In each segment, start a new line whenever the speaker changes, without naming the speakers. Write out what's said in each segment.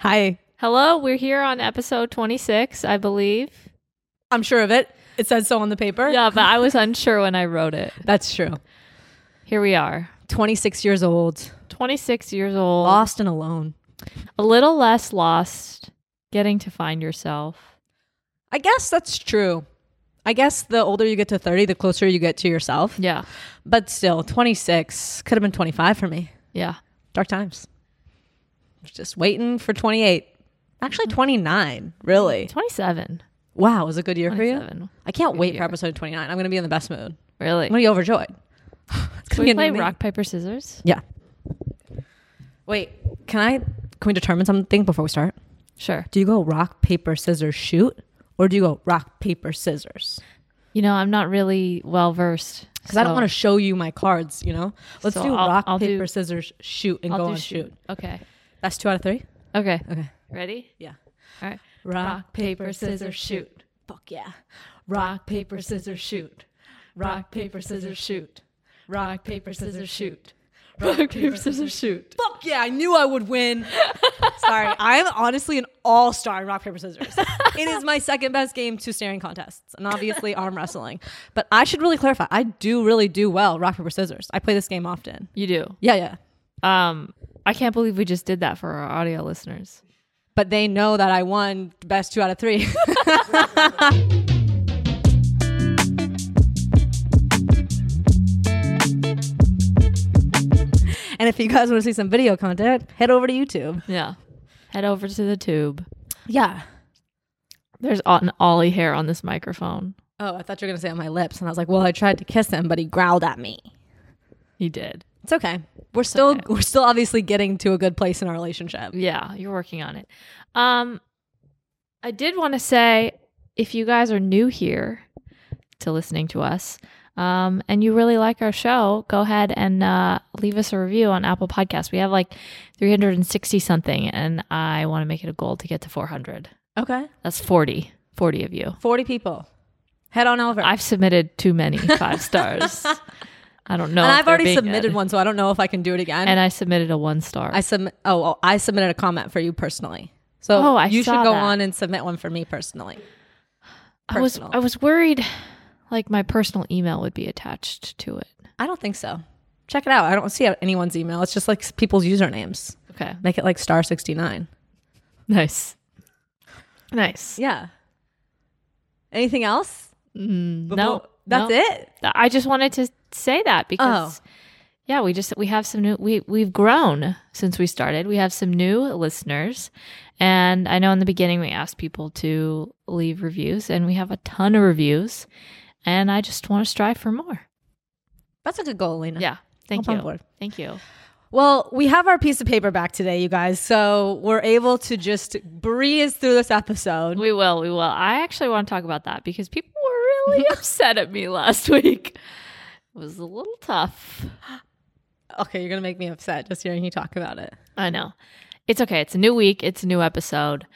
Hi.
Hello, we're here on episode 26, I believe.
I'm sure of it. It says so on the paper.
Yeah, but I was unsure when I wrote it.
That's true.
Here we are,
26 years old,
26 years old,
lost and alone.
a little less lost, getting to find yourself.
I guess that's true. I guess the older you get to 30, the closer you get to yourself.
Yeah,
But still, 26 could have been 25 for me.
yeah.
Dark times. Just waiting for 28. Actually,
Mm-hmm.
29, really.
27.
Wow, was a good year for you.
27.
I can't wait
year.
for episode 29. I'm going to be in the best mood.
Really?
I'm going to be overjoyed. it's
Can
going to
we
be
play
amazing.
rock, paper, scissors?
Yeah. Wait, can I can we determine something before we start?
Sure.
Do you go rock, paper, scissors, shoot? Or do you go rock, paper, scissors?
You know, I'm not really well versed.
Because I don't want to show you my cards, you know? Let's
So
do
I'll-
rock,
I'll do-
paper, scissors, shoot, and go on shoot.
Okay.
That's two out of three?
Okay.
Okay.
Ready?
Yeah.
All right.
Rock,
Fuck
yeah.
Rock, paper, scissors, shoot. Rock, paper, scissors, shoot. Rock, paper, scissors, shoot. Rock, paper, scissors, shoot.
Fuck yeah, I knew I would win. Sorry, I am honestly an all star in rock, paper, scissors. It is my second best game to staring contests and obviously arm wrestling. But I should really clarify I do really do well rock, paper, scissors. I play this game often.
You do.
Yeah, yeah.
Um, I can't believe we just did that for our audio listeners.
But they know that I won best two out of three. and if you guys want to see some video content, head over to YouTube.
Yeah. Head over to the tube.
Yeah.
There's o- an ollie hair on this microphone.
Oh, I thought you were gonna say on my lips, and I was like, "Well, I tried to kiss him, but he growled at me."
He did.
It's okay. We're still
okay.
we're still obviously getting to a good place in our relationship.
Yeah, you're working on it. Um, I did want to say if you guys are new here to listening to us, um, and you really like our show, go ahead and uh, leave us a review on Apple Podcasts. We have like 360 something, and I want to make it a goal to get to 400.
Okay,
That's 40, 40 of you.
forty people, head on over.
I've submitted too many five stars. I don't know.
and
if
I've
they're
already
being
submitted
good.
one, so I don't know if I can do it again.
and I submitted a one star.
I sub oh, oh I submitted a comment for you personally. So
Oh, I
you
saw
should go
that.
on and submit one for me personally.
I was
personal.
I was worried, like my personal email would be attached to it.
I don't think so. Check it out. I don't see anyone's email. It's just like people's usernames.
Okay,
Make it like star sixty nine.
nice, nice.
Yeah. Anything else?
Mm,
Before-
no,
that's
no.
it.
I just wanted to say that
Oh.
because yeah, we just we have some new we we've grown since we started. We have some new listeners, and I know in the beginning we asked people to leave reviews, and we have a ton of reviews, and I just want to strive for more.
That's a good goal, Elena.
Yeah, thank
Up on
you,
board.
thank you.
Well, we have our piece of paper back today, you guys. So we're able to just breeze through this episode.
We will, we will. I actually want to talk about that because people were really upset at me last week. It was a little tough.
Okay, you're going to make me upset just hearing you talk about it.
I know. It's okay. It's a new week. It's a new episode.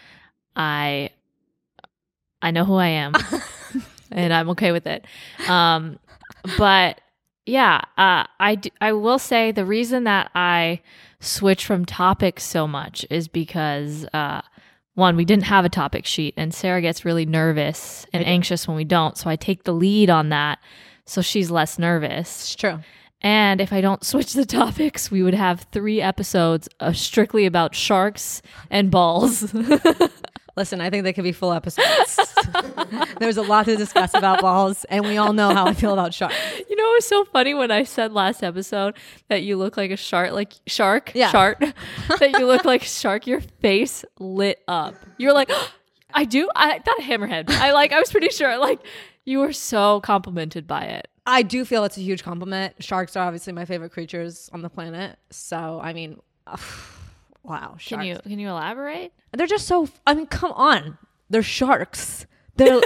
I I know who I am. and I'm okay with it. Um but yeah, uh I d- I will say the reason that I switch from topics so much is because uh one, we didn't have a topic sheet and Sarah gets really nervous and anxious when we don't, so I take the lead on that so she's less nervous.
It's true.
And if I don't switch the topics, we would have three episodes uh, strictly about sharks and balls.
Listen, I think they could be full episodes. There's a lot to discuss about balls, and we all know how I feel about sharks.
you know, it was so funny when I said last episode that you look like a shark, like shark,
Yeah.
shark, that you look like a shark. Your face lit up. You're like, I do. I thought a hammerhead. I like. I was pretty sure. Like, you were so complimented by it.
I do feel it's a huge compliment. Sharks are obviously my favorite creatures on the planet. So, I mean, wow. Sharks.
Can you can you elaborate?
They're just so. I mean, come on. They're sharks. They're.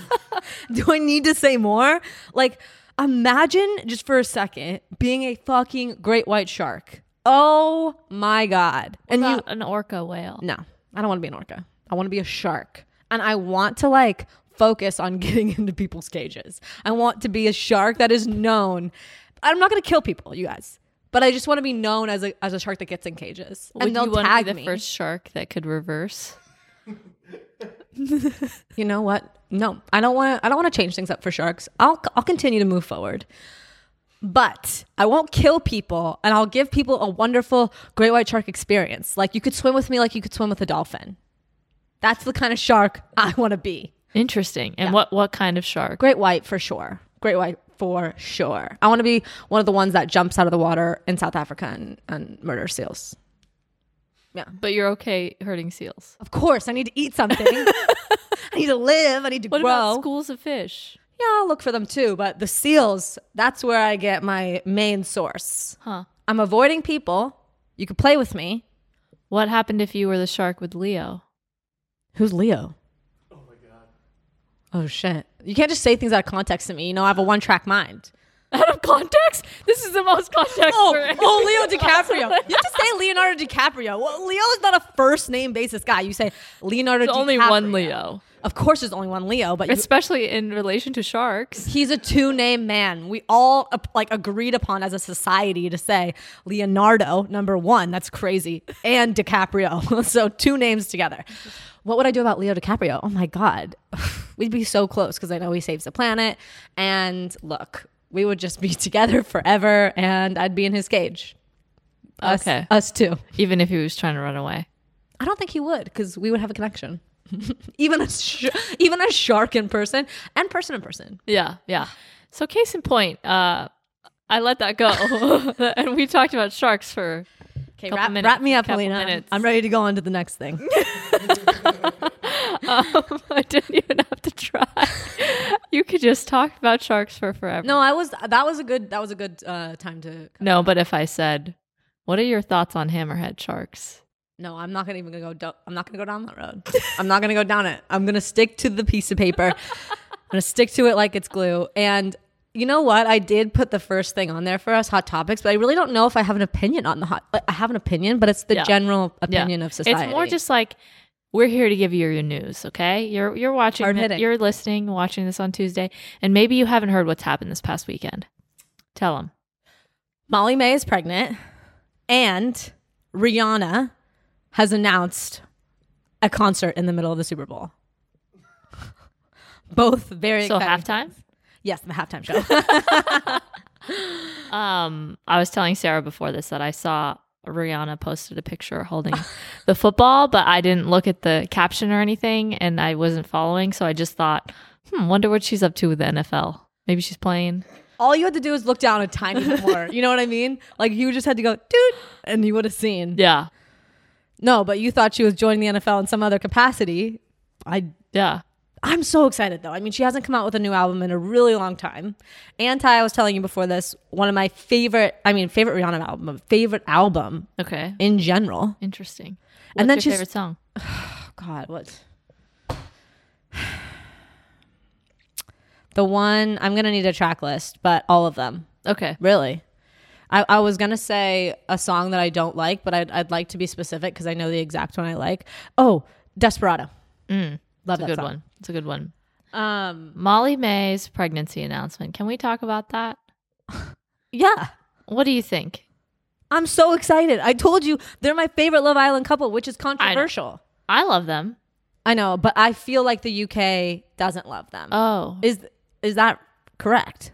Do I need to say more? Like, imagine just for a second being a fucking great white shark. Oh my god! and you
About an orca whale.
no, I don't want to be an orca. I want to be a shark, and I want to like focus on getting into people's cages. I want to be a shark that is known. I'm not going to kill people, you guys, but I just want to be known as a as a shark that gets in cages, and they'll
you wanna
tag
be the
me.
first shark that could reverse.
You know what? No, I don't want to. I don't want to change things up for sharks. I'll I'll continue to move forward, but I won't kill people, and I'll give people a wonderful great white shark experience. Like you could swim with me, like you could swim with a dolphin. That's the kind of shark I want to be.
Interesting. And what what kind of shark?
Great white for sure. Great white for sure. I want to be one of the ones that jumps out of the water in South Africa and, and murder seals.
But you're okay hurting seals.
Of course, I need to eat something. I need to live. I need to
What
grow.
about schools of fish?
Yeah, I'll look for them too. But the seals, that's where I get my main source.
Huh.
I'm avoiding people. You could play with me.
What happened if you were the shark with Leo?
Who's Leo? Oh my god. Oh shit. You can't just say things out of context to me. You know, I have a one track mind.
Out of context? This is the most context.
Oh, oh, Leo DiCaprio. You have to say Leonardo DiCaprio. Well, Leo is not a first name basis guy. You say Leonardo
There's
DiCaprio.
only one Leo,
Of course, there's only one Leo, but you,
especially in relation to sharks.
he's a two name man. We all uh, like agreed upon as a society to say Leonardo number one. That's crazy, and DiCaprio. so two names together. What would I do about Leo DiCaprio? Oh my god, we'd be so close because I know he saves the planet. And look, we would just be together forever, and I'd be in his cage. Us,
Okay.
us too.
Even if he was trying to run away.
I don't think he would because we would have a connection. even a sh- even a shark in person and person in person.
Yeah, yeah. So case in point, uh, I let that go, and we talked about sharks for.
Okay,
Couple
wrap,
minutes,
wrap me up,
couple
Helena.
minutes.
I'm ready to go on to the next thing.
Um, I didn't even have to try. you could just talk about sharks for forever.
no, I was. That was a good. That was a good uh, time to.
No, but if I said, "What are your thoughts on hammerhead sharks?"
No, I'm not gonna even go. Do- I'm not gonna go down that road. I'm not gonna go down it. I'm gonna stick to the piece of paper. I'm gonna stick to it like it's glue. And you know what? I did put the first thing on there for us, hot topics. But I really don't know if I have an opinion on the hot. I have an opinion, but it's the
Yeah.
general opinion of society.
It's more just like we're here to give you your news, okay? You're you're watching
Hard
thi-
hitting.
you're listening, watching this on Tuesday, and maybe you haven't heard what's happened this past weekend. Tell them.
Molly May is pregnant, and Rihanna has announced a concert in the middle of the Super Bowl. Both very
So
exciting.
halftime?
Yes, the halftime show.
Um, I was telling Sarah before this that I saw Rihanna posted a picture holding the football, but I didn't look at the caption or anything, and I wasn't following, so I just thought, hmm, wonder what she's up to with the NFL. Maybe she's playing.
All you had to do was look down a tiny bit more. You know what I mean? Like you just had to go dude, and you would have seen.
Yeah,
No, but you thought she was joining the NFL in some other capacity. I
yeah.
I'm so excited though. I mean, she hasn't come out with a new album in a really long time. Anti, I was telling you before this, one of my favorite, I mean, favorite Rihanna album, favorite album
Okay,
in general.
interesting. What's
And then
your
she's-
favorite song?
Oh, God, what? The one, I'm going to need a track list, but all of them,
Okay,
really. I, I was going to say a song that I don't like, but I'd, I'd like to be specific because I know the exact one I like. Oh, Desperado. Love
Mm, it's a
that
good
song.
one. It's a good one.
Um,
Molly May's pregnancy announcement. Can we talk about that?
yeah.
What do you think?
I'm so excited. I told you they're my favorite Love Island couple, which is controversial.
I love them.
I know, but I feel like the UK doesn't love them.
Oh,
is is that correct?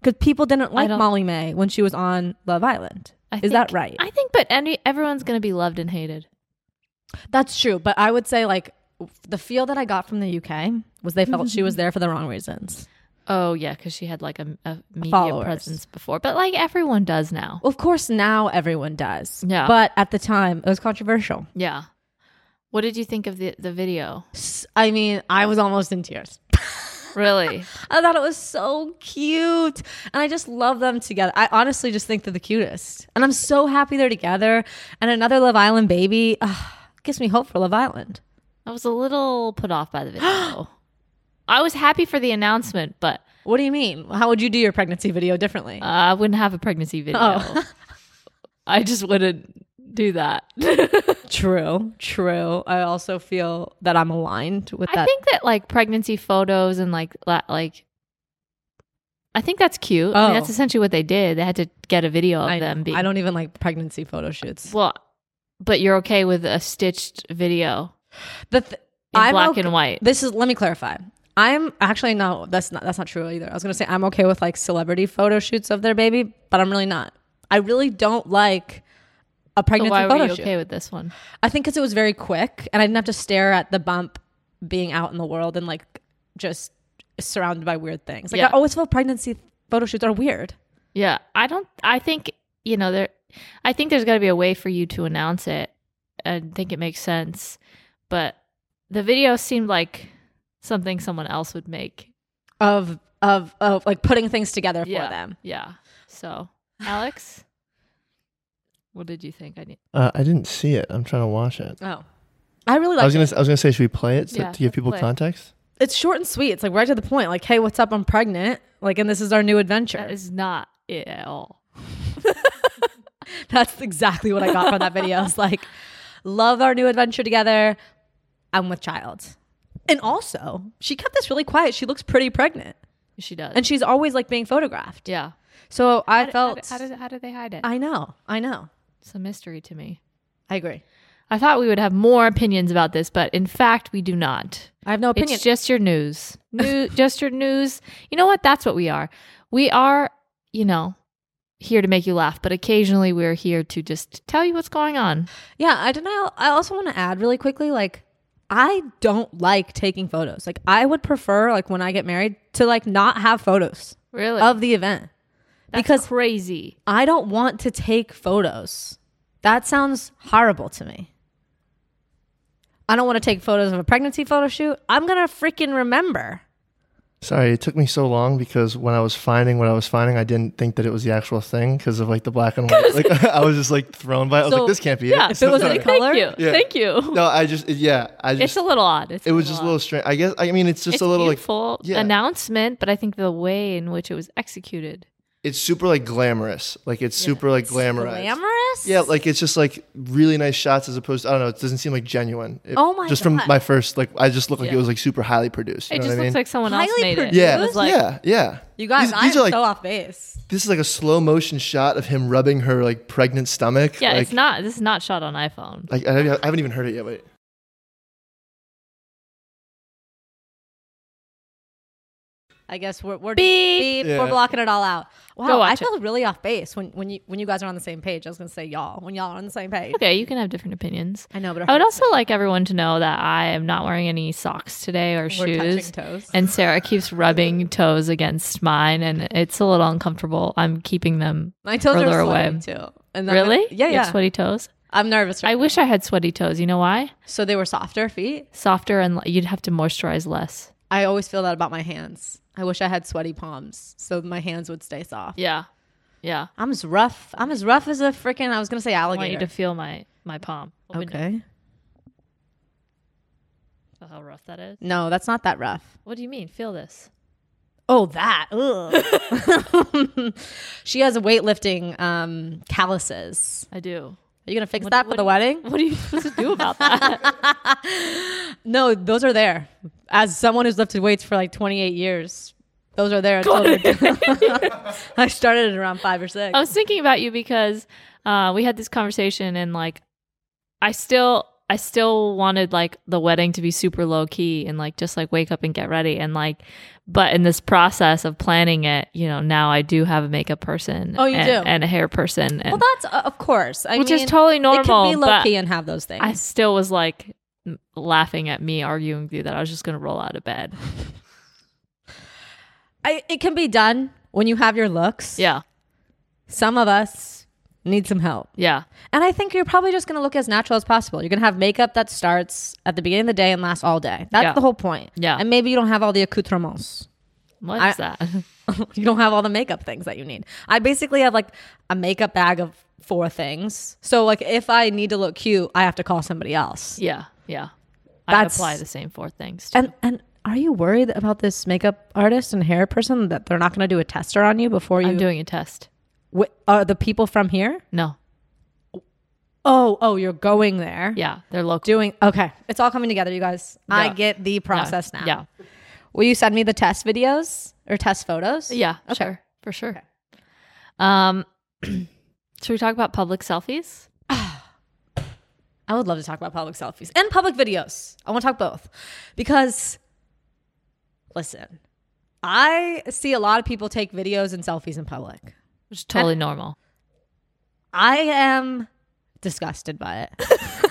Because people didn't like
don't-
Molly May when she was on Love Island.
I
is that
think-
right?
I think, but any everyone's gonna be loved and hated.
That's true, but I would say like the feel that I got from the UK was they felt she was there for the wrong reasons.
Oh yeah, because she had like a, a media
Followers.
presence before, but like everyone does now.
Of course, now everyone does.
Yeah.
But at the time, it was controversial.
Yeah. What did you think of the the video?
S- I mean, I was almost in tears.
Really?
I thought it was so cute. And I just love them together. I honestly just think they're the cutest. And I'm so happy they're together. And another Love Island baby ugh, gives me hope for Love Island.
I was a little put off by the video. I was happy for the announcement, but
What do you mean? How would you do your pregnancy video differently?
uh, I wouldn't have a pregnancy video.
Oh.
I just wouldn't do that.
true, true. I also feel that I'm aligned with
I
that.
think that like pregnancy photos and like la- like I think that's cute. I mean,
Oh.
that's essentially what they did. They had to get a video of
I,
them being.
I don't even like pregnancy photo shoots.
Well, but you're okay with a stitched video
The th-
in
I'm
black
okay-
and white.
This is let me clarify. I'm actually no, that's not that's not true either. I was gonna say I'm okay with like celebrity photo shoots of their baby, but I'm really not. I really don't like a
So
pregnancy
why were
photo
you
shoot.
okay with this one?
I think because it was very quick, and I didn't have to stare at the bump being out in the world and like just surrounded by weird things. Like
Yeah.
I always feel pregnancy photo shoots are weird.
Yeah, I don't. I think you know there. I think there's got to be a way for you to announce it. I think it makes sense, but the video seemed like something someone else would make.
Of of of like putting things together
yeah,
for them.
Yeah. So, Alex, what did you think? I need.
Uh, I didn't see it. I'm trying to watch it.
Oh, I really
I
like.
was gonna.
it.
s- I was gonna say, should we play it so,
Yeah,
to give
let's
people
play it.
context?
It's short and sweet. It's like right to the point. Like, hey, what's up? I'm pregnant. Like, and this is our new adventure.
That is not it at all.
That's exactly what I got from that video. I was like, love our new adventure together. I'm with child. And also, she kept this really quiet. She looks pretty pregnant.
She does.
And she's always like being photographed.
yeah.
So I
How did-
felt
How did, how did, how did they hide it?
I know. I know.
it's a mystery to me.
I agree.
I thought we would have more opinions about this, but in fact, we do not.
I have no opinion.
It's just your news. New, just your news. You know what? That's what we are. We are, you know, here to make you laugh, but occasionally we're here to just tell you what's going on.
yeah, I don't know. I also want to add really quickly like I don't like taking photos. Like I would prefer like when I get married to like not have photos
Really?
of the event.
That's
because-
crazy.
I don't want to take photos. That sounds horrible to me. I don't want to take photos of a pregnancy photo shoot. I'm going to freaking remember.
Sorry, it took me so long because when I was finding what I was finding, I didn't think that it was the actual thing because of like the black and white. like I was just like thrown by. It. I was
So,
like, this can't be
Yeah.
it.
if it was
Sorry.
any color?
Thank you.
Yeah.
Thank you.
no, I just yeah, I
It's
just
a little odd. It's
it was just a little strange. I guess I mean it's just a little like
beautiful
yeah.
announcement, but I think the way in which it was executed.
it's super like glamorous. Like it's super like glamorized.
Glamorous?
Yeah, like it's just like really nice shots as opposed to I don't know, it doesn't seem like genuine. It-
Oh my
Just
God.
from my first like I just looked like
Yeah.
it was like super highly produced. You
It
know
just
what I
looks
mean?
like someone else
Highly
made it.
produced.
yeah,
it was like-
yeah, yeah.
you guys,
these,
I
these
am
are like
so off base.
this is like a slow motion shot of him rubbing her like pregnant stomach.
Yeah,
like,
it's not. This is not shot on iPhone.
Like I haven't I haven't even heard it yet. Wait,
I guess we're we're,
Beep.
beep, we're
Yeah.
blocking it all out.
Go
Wow, I
watch
feel really off base when when you when you guys are on the same page. I was going to say y'all when y'all are on the same page.
Okay, you can have different opinions.
I know, but it
I would
hurts.
also like everyone to know that I am not wearing any socks today or
we're
shoes.
touching toes.
And Sarah keeps rubbing toes against mine, and it's a little uncomfortable. I'm keeping them.
My toes
further
are
away.
sweating too. And I'm-
Really?
Yeah,
You have
yeah.
sweaty toes.
I'm nervous. Right
I wish I had sweaty toes. You know why?
so they were softer feet.
Softer, and l- you'd have to moisturize less.
I always feel that about my hands. I wish I had sweaty palms so my hands would stay soft.
Yeah, yeah.
I'm as rough. I'm as rough as a freaking. I was gonna say
I want you
alligator.
to feel my my palm. Open it.
okay.
Feel How rough that is.
No, that's not that rough.
What do you mean? Feel this.
Oh, that. Ugh. she has weightlifting um, calluses.
I do.
Are you gonna fix
What-
that for
what
the
do-
wedding?
What are you supposed to do about that?
No, those are there. As someone who's lifted weights for like 28 years, those are there. Until they're done. I started at around five or six.
I was thinking about you because uh, we had this conversation and like I still I still wanted like the wedding to be super low key and like just like wake up and get ready and like but in this process of planning it, you know, now I do have a makeup person.
Oh, you
and,
do?
and a hair person. And
well, that's uh, of course. I
Which
mean,
is totally
It can be
normal,
low
but-
key and have those things.
I still was like m- laughing at me arguing with you that I was just gonna roll out of bed.
I, it can be done when you have your looks.
Yeah.
Some of us need some help.
Yeah.
And I think you're probably just going to look as natural as possible. You're going to have makeup that starts at the beginning of the day and lasts all day. That's
Yeah.
the whole point.
Yeah.
And maybe you don't have all the accoutrements.
What's that?
you don't have all the makeup things that you need. I basically have like a makeup bag of four things. So like if I need to look cute, I have to call somebody else.
yeah. Yeah. I
That's-
apply the same four things. to-
And and are you worried about this makeup artist and hair person that they're not going to do a tester on you before you
I'm doing a test.
Wh- are the people from here?
No.
Oh, oh, you're going there.
Yeah. They're local.
Doing okay. It's all coming together, you guys. I
Yeah.
get the process now.
Yeah.
Will you send me the test videos or test photos?
Yeah,
Okay.
sure, for sure. Um, should we talk about public selfies?
I would love to talk about public selfies and public videos.
I want to talk both.
Because, listen,
I see a lot of people take videos and selfies in public.
Which is totally normal.
I am disgusted by it.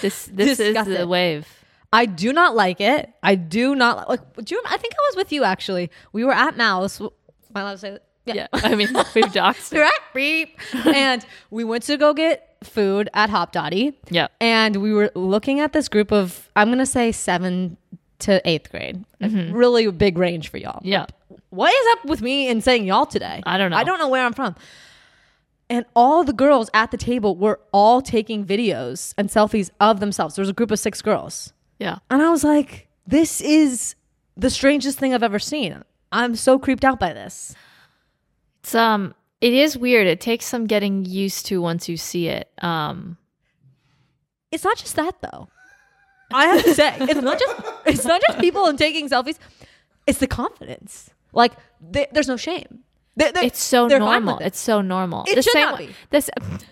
This this is
Disgusting.
the wave.
I do not like it. I do not like. Do you? I think I was with you actually. We were at Mouse. Am I allowed to say that? Yeah.
Yeah, I mean we've doxed.
We were at Beep, and we went to go get food at Hop Dottie,
Yeah,
and we were looking at this group of I'm gonna say seven to eighth grade. A Really big range for y'all.
Mm-hmm. yeah.
What is up with me and saying y'all today?
I don't know.
I don't know where I'm from. And all the girls at the table were all taking videos and selfies of themselves. There was a group of six girls.
Yeah.
And I was like, this is the strangest thing I've ever seen. I'm so creeped out by this.
It's um it is weird. It takes some getting used to once you see it. Um
It's not just that though. I have to say, it's not just it's not just people and taking selfies. It's the confidence. Like they, there's no shame. They- they-
it's so
they're fine
normal.
with it.
It's so normal.
It should not be.
This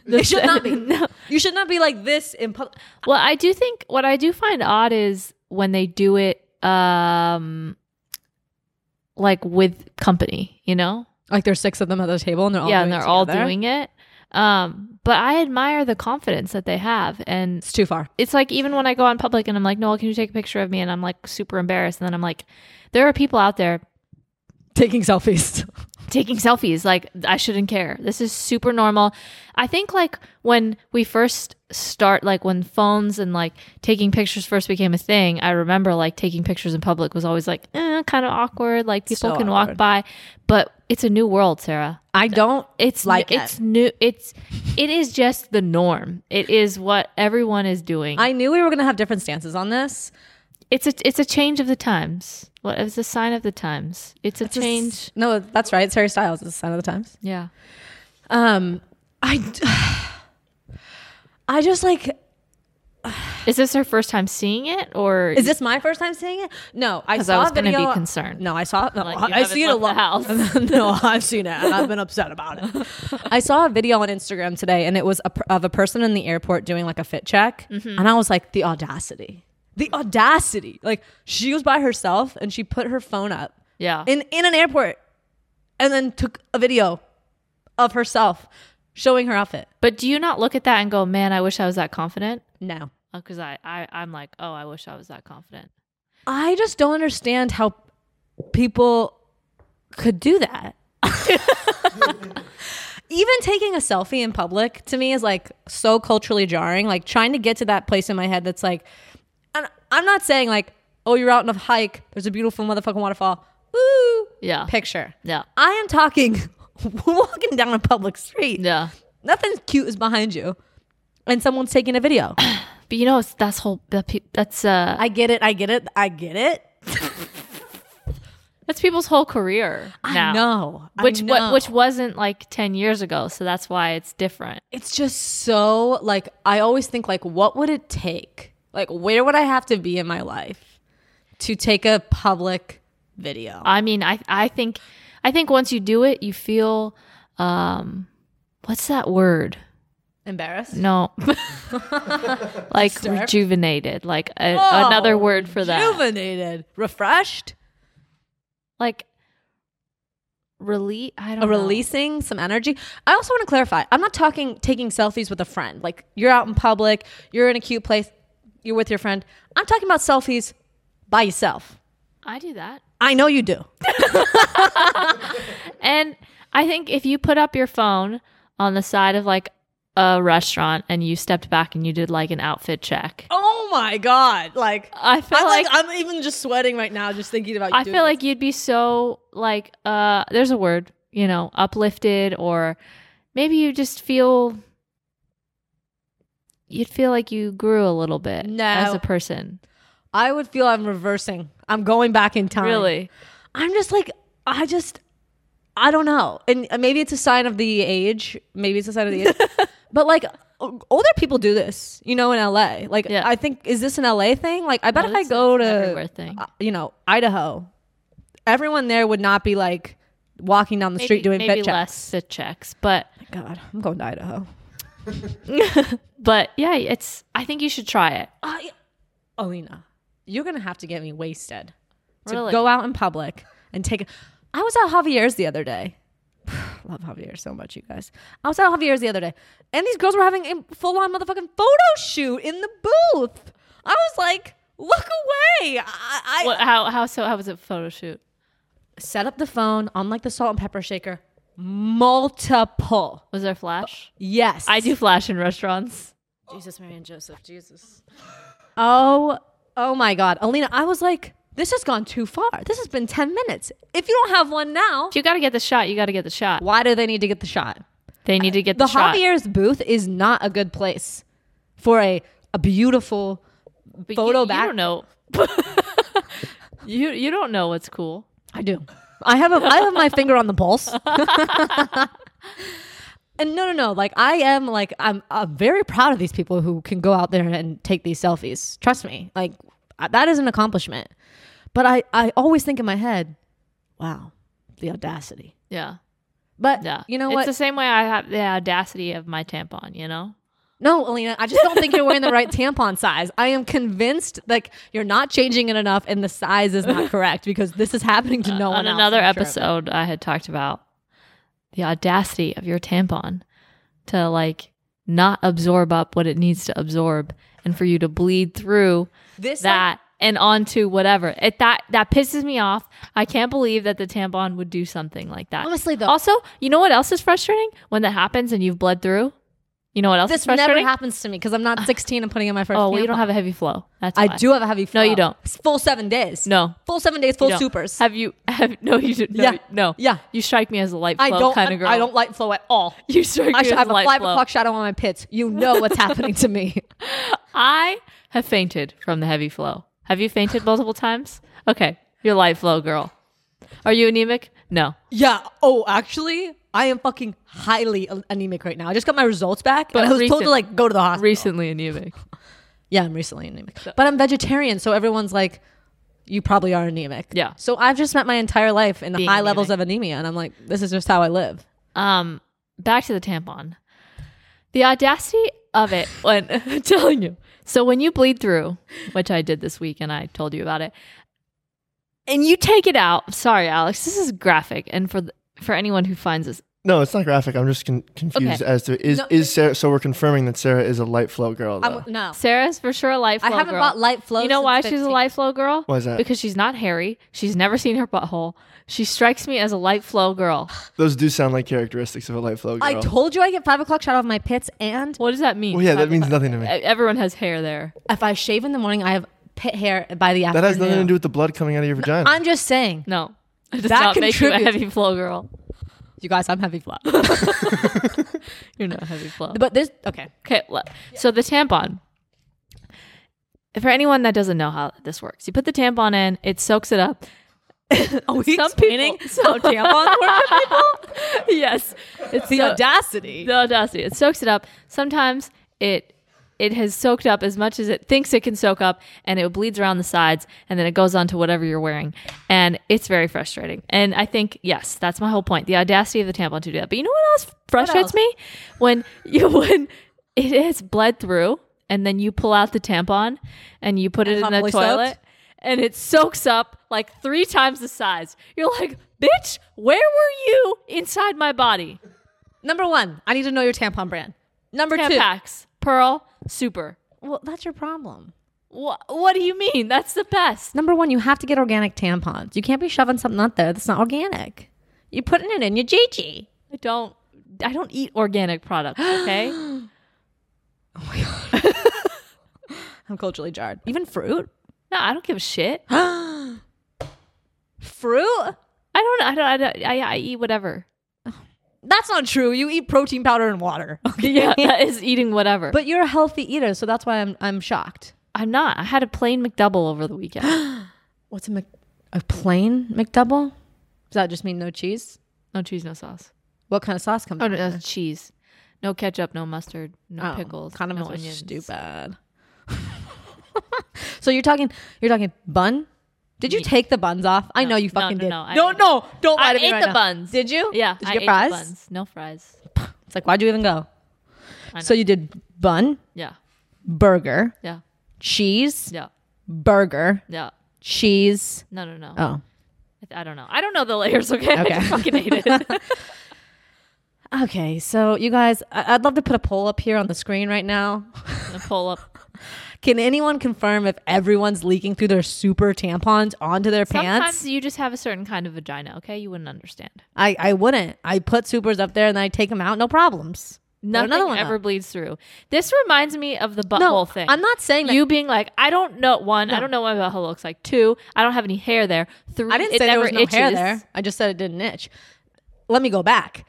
It should not be.
no.
You should not be like this in public.
Well, I do think what I do find odd is when they do it um like with company, you know?
Like there's six of them at the table and they're all
yeah,
doing
and
it
they're all
together.
doing it. Um but I admire the confidence that they have and
It's too far.
it's like even when I go on public and I'm like, Noel, can you take a picture of me? And I'm like super embarrassed. And then I'm like, there are people out there
Taking selfies.
taking selfies. Like I shouldn't care. This is super normal. I think like when we first start, like when phones and like taking pictures first became a thing, I remember like taking pictures in public was always like eh, kind of awkward. Like people
So
can
awkward.
walk by, but it's a new world, Sarah.
I don't
It's
Like
like
it.
it's new. It's it is just the norm. It is what everyone is doing.
I knew we were gonna have different stances on this.
it's a it's a change of the times. What it's a sign of the times. It's a change.
No, that's right. It's Harry Styles is the sign of the times.
yeah.
Um, I, I just like.
Is this her first time seeing it, or
Is this my first time seeing it? No, I
'Cause
saw
I was
a
gonna be
video.
concerned.
No, I saw. No,
Like, you
I, I
haven't
see it a lot.
left the
no, I've seen it. and I've been upset about it. I saw a video on Instagram today, and it was a, per- of a person in the airport doing like a fit check,
Mm-hmm.
and I was like, the audacity, the audacity! Like she was by herself, and she put her phone up
yeah?
in in an airport, and then took a video of herself showing her outfit.
But do you not look at that and go, man, I wish I was that confident?
No.
Because I, I, I'm like, oh, I wish I was that confident.
I just don't understand how people could do that. Even taking a selfie in public to me is like so culturally jarring. Like trying to get to that place in my head that's like, and I'm not saying like, oh, you're out on a hike, there's a beautiful motherfucking waterfall, ooh,
Yeah.
picture.
Yeah.
I am talking walking down a public street.
Yeah.
Nothing cute is behind you, and someone's taking a video.
But you know, it's, that's whole, that pe- that's, uh,
I get it. I get it. I get it.
that's people's whole career now.
I know. I
Which,
know.
what, which wasn't like 10 years ago. So that's why it's different.
it's just so like I always think like what would it take? Like where would I have to be in my life to take a public video?
I mean, I, I think, I think once you do it, you feel, um, what's that word?
Embarrassed?
No. like rejuvenated, like a,
Oh,
another word for that.
Rejuvenated, refreshed,
like release. I don't
a
know.
releasing some energy. I also want to clarify. I'm not talking taking selfies with a friend. Like you're out in public, you're in a cute place, you're with your friend. I'm talking about selfies by yourself.
I do that,
I know you do.
and I think if you put up your phone on the side of like a restaurant and you stepped back and you did like an outfit check,
Oh my god! Like
I feel
I'm like,
like,
I'm even just sweating right now just thinking about you.
I
doing
feel
this.
like you'd be so like uh, there's a word, you know, uplifted, or maybe you just feel. You'd feel like you grew a little bit
No.
as a person.
I would feel I'm reversing. I'm going back in time.
Really?
I'm just like, I just, I don't know. And maybe it's a sign of the age. Maybe it's a sign of the age. but like, older people do this, you know, in LA. Like,
Yeah.
I think is this an LA thing? Like, I bet
No,
if I
it's-
go
it's an
to
everywhere thing.
uh, you know Idaho, everyone there would not be like walking down the street doing
maybe
fit checks.
less fit checks, but
God, I'm going to Idaho.
but yeah, it's. I think you should try it.
I, Alina, you're gonna have to get me wasted to
Really?
go out in public and take. A, I was at Javier's the other day. Love Javier so much, you guys. I was at Javier's the other day, and these girls were having a full-on motherfucking photo shoot in the booth. I was like, look away. I, I
What, how how so? How was it photo shoot?
set up the phone on like the salt and pepper shaker. Multiple.
Was there flash?
Yes.
I do flash in restaurants.
Jesus, Mary, and Joseph. Jesus. Oh, oh my God. Alina, I was like, this has gone too far. This has been 10 minutes. If you don't have one now,
If you got to get the shot, you got to get the shot.
why do they need to get the shot?
They need to get the,
The
shot.
Javier's booth is not a good place for a, a beautiful.
But you-
photo
you,
back-
don't know. you you don't know what's cool.
I do. I have a I have my finger on the pulse. and no no no, like I am like I'm I'm very proud of these people who can go out there and take these selfies. Trust me. Like I- that is an accomplishment. But I I always think in my head, wow, the audacity.
Yeah,
But
yeah.
you know
it's
what?
the same way I have the audacity of my tampon. You know.
no, Alina, I just don't think you're wearing the right tampon size. I am convinced like you're not changing it enough and the size is not correct because this is happening to no one
on
else,
another
I'm sure.
episode i had talked about the audacity of your tampon to like not absorb up what it needs to absorb and for you to bleed through
This like,
that and onto whatever it that that pisses me off i can't believe that the tampon would do something like that
Honestly, though-
also you know what else is frustrating when that happens and you've bled through you know what else is
this never
frustrating
happens to me because I'm not 16 and putting in my first.
oh well you
tampon.
don't have a heavy flow that's
I
why.
do have a heavy. Flow.
you don't.
It's full seven days.
no
Full seven days. Full
you don't.
supers.
have you have no you do, no,
Yeah.
no
Yeah.
you strike me as a light flow
I don't.
kind of girl
I don't like flow at all.
You sure
I should have a
light
five
flow.
o'clock shadow on my pits. You know what's happening to me.
I have fainted from the heavy flow. Have you fainted multiple times? Okay, you're light flow girl. Are you anemic? No.
Yeah. Oh, actually, I am fucking highly a- anemic right now. I just got my results back, but I was told
recent-
to like go to the hospital.
Recently anemic.
yeah, I'm recently anemic, but I'm vegetarian, so everyone's like, you probably are anemic.
Yeah.
So I've just spent my entire life in
Being
high levels of
anemic.
anemia, and I'm like, this is just how I live.
Um, back to the tampon. The audacity of it when I'm telling you. So when you bleed through, which I did this week and I told you about it, and you take it out. Sorry, Alex, this is graphic and for the, for anyone who finds this
No, it's not graphic. I'm just con- confused
Okay.
as to is
No,
is Sarah. So we're confirming that Sarah is a light flow girl.
I'm,
Though.
no.
Sarah's for sure a light
I
flow
haven't
girl.
bought light flow.
You know
since
why she's a
15.
light flow girl?
Why is that?
Because she's not hairy. She's never seen her butthole. She strikes me as a light flow girl.
Those do sound like characteristics of a light flow girl.
I told you I get five o'clock shot off my pits, and
What does that mean?
well, yeah, that means nothing to
E-
me.
Everyone has hair there.
if I shave in the morning, I have pit hair by the afternoon.
That has nothing to do with the blood coming out of your vagina.
I'm just saying,
No. It does
That
not make you a
contributes-
heavy flow girl.
you guys, I'm heavy flat.
You're not a heavy flow.
but this okay.
Okay, le- so the tampon. For anyone that doesn't know how this works, you put the tampon in, it soaks it up.
Are we
Some people,
how tampons work? with people?
yes, it's
The
so-
audacity.
The audacity. It soaks it up. Sometimes it it has soaked up as much as it thinks it can soak up and it bleeds around the sides and then it goes on to whatever you're wearing. And it's very frustrating. And I think, yes, that's my whole point. The audacity of the tampon to do that. But you know what else frustrates
else?
me? When you when it has bled through and then you pull out the tampon and you put it in the
heavily soaked?
toilet and it soaks up like three times the size. You're like, bitch, where were you inside my body?
Number one, I need to know your tampon brand. Number two,
Tampax, Pearl, Super.
well, that's your problem.
What, what do you mean? That's the best.
Number one, you have to get organic tampons. You can't be shoving something out there that's not organic. You're putting it in your GG.
I don't. I don't eat organic products. Okay.
I'm culturally jarred. Even fruit,
no, I don't give a shit. I
fruit.
don't. I don't. I, don't, I, I eat whatever.
That's not true. You eat protein powder and water.
Yeah, that is eating whatever. But
But you're a healthy eater, so that's why I'm I'm shocked.
I'm not. I had a plain McDouble over the weekend.
What's a Mc, a plain McDouble? Does that just mean no cheese?
No cheese, no sauce.
What kind of sauce comes?
Oh no, that's cheese. No ketchup, no mustard, no
Oh,
pickles,
Condiments
no
are
onions.
stupid. so you're talking you're talking bun? Did you take the buns off? I know you
no,
fucking
no,
did.
no, I
don't
ate-
no, don't lie
I
to me
ate
right
the
now.
buns.
Did you?
Yeah,
Did you
I
get
ate
fries?
The buns. No fries.
It's like why'd you even go?
I
So you did bun,
Yeah,
burger,
yeah,
cheese,
yeah,
burger,
yeah.
cheese.
No, no, no.
Oh.
I, I don't know. I don't know the layers. Okay, I
Okay.
just fucking ate it.
Okay, so you guys, I- I'd love to put a poll up here on the screen right now.
Gonna pull up.
Can anyone confirm if everyone's leaking through their super tampons onto their pants?
Sometimes you just have a certain kind of vagina. Okay, you wouldn't understand.
I, I wouldn't. I put supers up there and I take them out, no problems. Put
Nothing
another one
ever
up.
bleeds through. This reminds me of the butthole
No,
thing.
I'm not saying that.
you being like, I don't know. One, I don't know what my butthole looks like. Two, I don't have any hair there. Three,
I didn't
it
say there
never
was no hair
itches.
there. I just said it didn't itch. Let me go back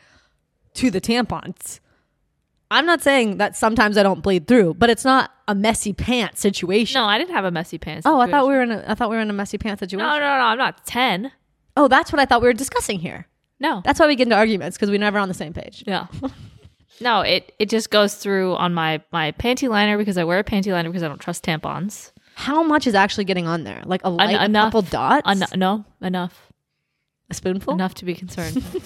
to the tampons. I'm not saying that sometimes I don't bleed through, but it's not a messy pants situation.
No, I didn't have a messy pants.
oh, I thought
situation.
we were in a I thought we were in a messy pants situation.
No, no, no. I'm not ten.
Oh, that's what I thought we were discussing here.
No.
That's why we get into arguments because we're never on the same page.
Yeah. no, it it just goes through on my my panty liner because I wear a panty liner because I don't trust tampons.
How much is actually getting on there? Like a light
enough.
couple dots,
En- no, enough.
a spoonful.
Enough to be concerned.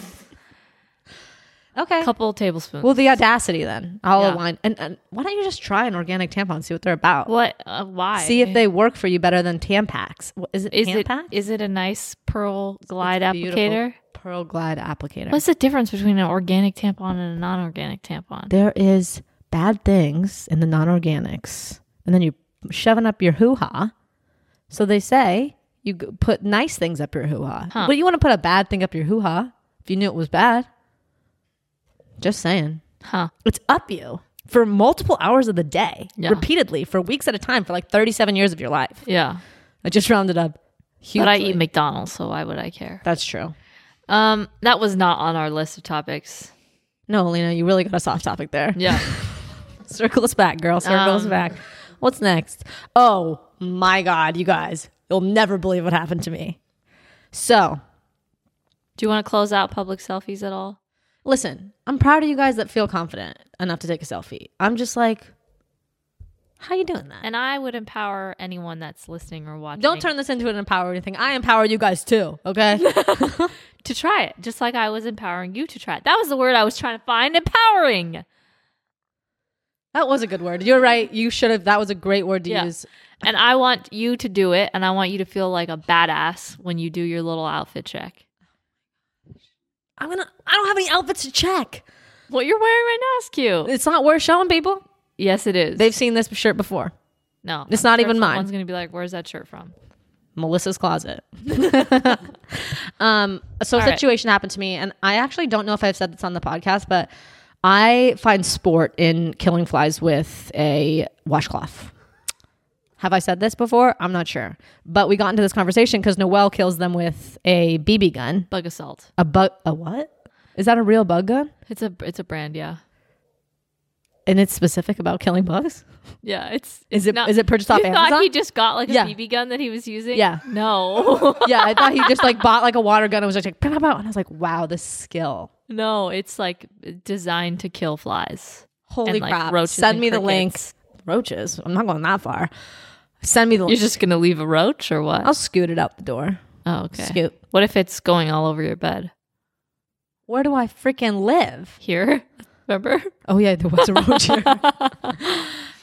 Okay.
a couple tablespoons.
Well, the audacity then. I'll
Yeah.
align. And, and why don't you just try an organic tampon and see what they're about?
what uh, why?
see if they work for you better than Tampax. What, is it
is it
Tampax?
is it a nice pearl glide
Beautiful
applicator?
Pearl Glide applicator.
What's the difference between an organic tampon and a non-organic tampon?
there is bad things in the non-organics, and then you shoving up your hoo-ha. So they say you g- put nice things up your hoo-ha.
Huh.
But you want to put a bad thing up your hoo-ha if you knew it was bad. Just saying.
Huh?
It's up you for multiple hours of the day,
Yeah.
repeatedly, for weeks at a time, for like 37 years of your life.
Yeah.
I just rounded up.
But I
hugely.
eat McDonald's, so why would I care?
That's true.
Um, that was not on our list of topics.
No, Lena, you really got a soft topic there.
Yeah.
Circle us back, girl. Circle us
Um,
back. What's next? Oh my God, you guys. You'll never believe what happened to me. So,
Do you want to close out public selfies at all?
listen, I'm proud of you guys that feel confident enough to take a selfie. I'm just like, how you doing that?
And I would empower anyone that's listening or watching.
Don't turn this into an empowering thing. I empower you guys too, okay?
to try it, just like I was empowering you to try it. That was the word I was trying to find. Empowering.
that was a good word. You're right. You should have. That was a great word to
Yeah.
use.
And I want you to do it, and I want you to feel like a badass when you do your little outfit check.
I'm gonna. I don't have any outfits to check.
What you're wearing right now is cute.
It's not worth showing people.
Yes, it is.
They've seen this shirt before.
no,
it's not even mine.
Someone's gonna be like, "Where's that shirt from?"
Melissa's closet. um, so a
All right.
situation happened to me, and I actually don't know if I've said this on the podcast, but I find sport in killing flies with a washcloth. Have I said this before? I'm not sure. But we got into this conversation because Noelle kills them with a BB gun.
Bug assault.
A bug a what? Is that a real bug gun?
It's a it's a brand. Yeah,
And it's specific about killing bugs?
yeah. It's
Is it
not-
is it purchased off
Uh, you thought
Amazon?
he just got like a
Yeah.
BB gun that he was using?
Yeah.
No.
yeah, I thought he just like bought like a water gun and was just like, "Pow, pow, pow." and I was like, wow, the skill.
no, it's like designed to kill flies.
Holy
and, like,
crap.
roaches
Send
and
me the link.
crickets.
Roaches. I'm not going that far. Send me the
You're
link.
just gonna leave a roach or what?
I'll scoot it out the door.
Oh, okay.
Scoot.
What if it's going all over your bed?
Where do I freaking live?
Here, remember?
Oh, yeah, there was a roach here.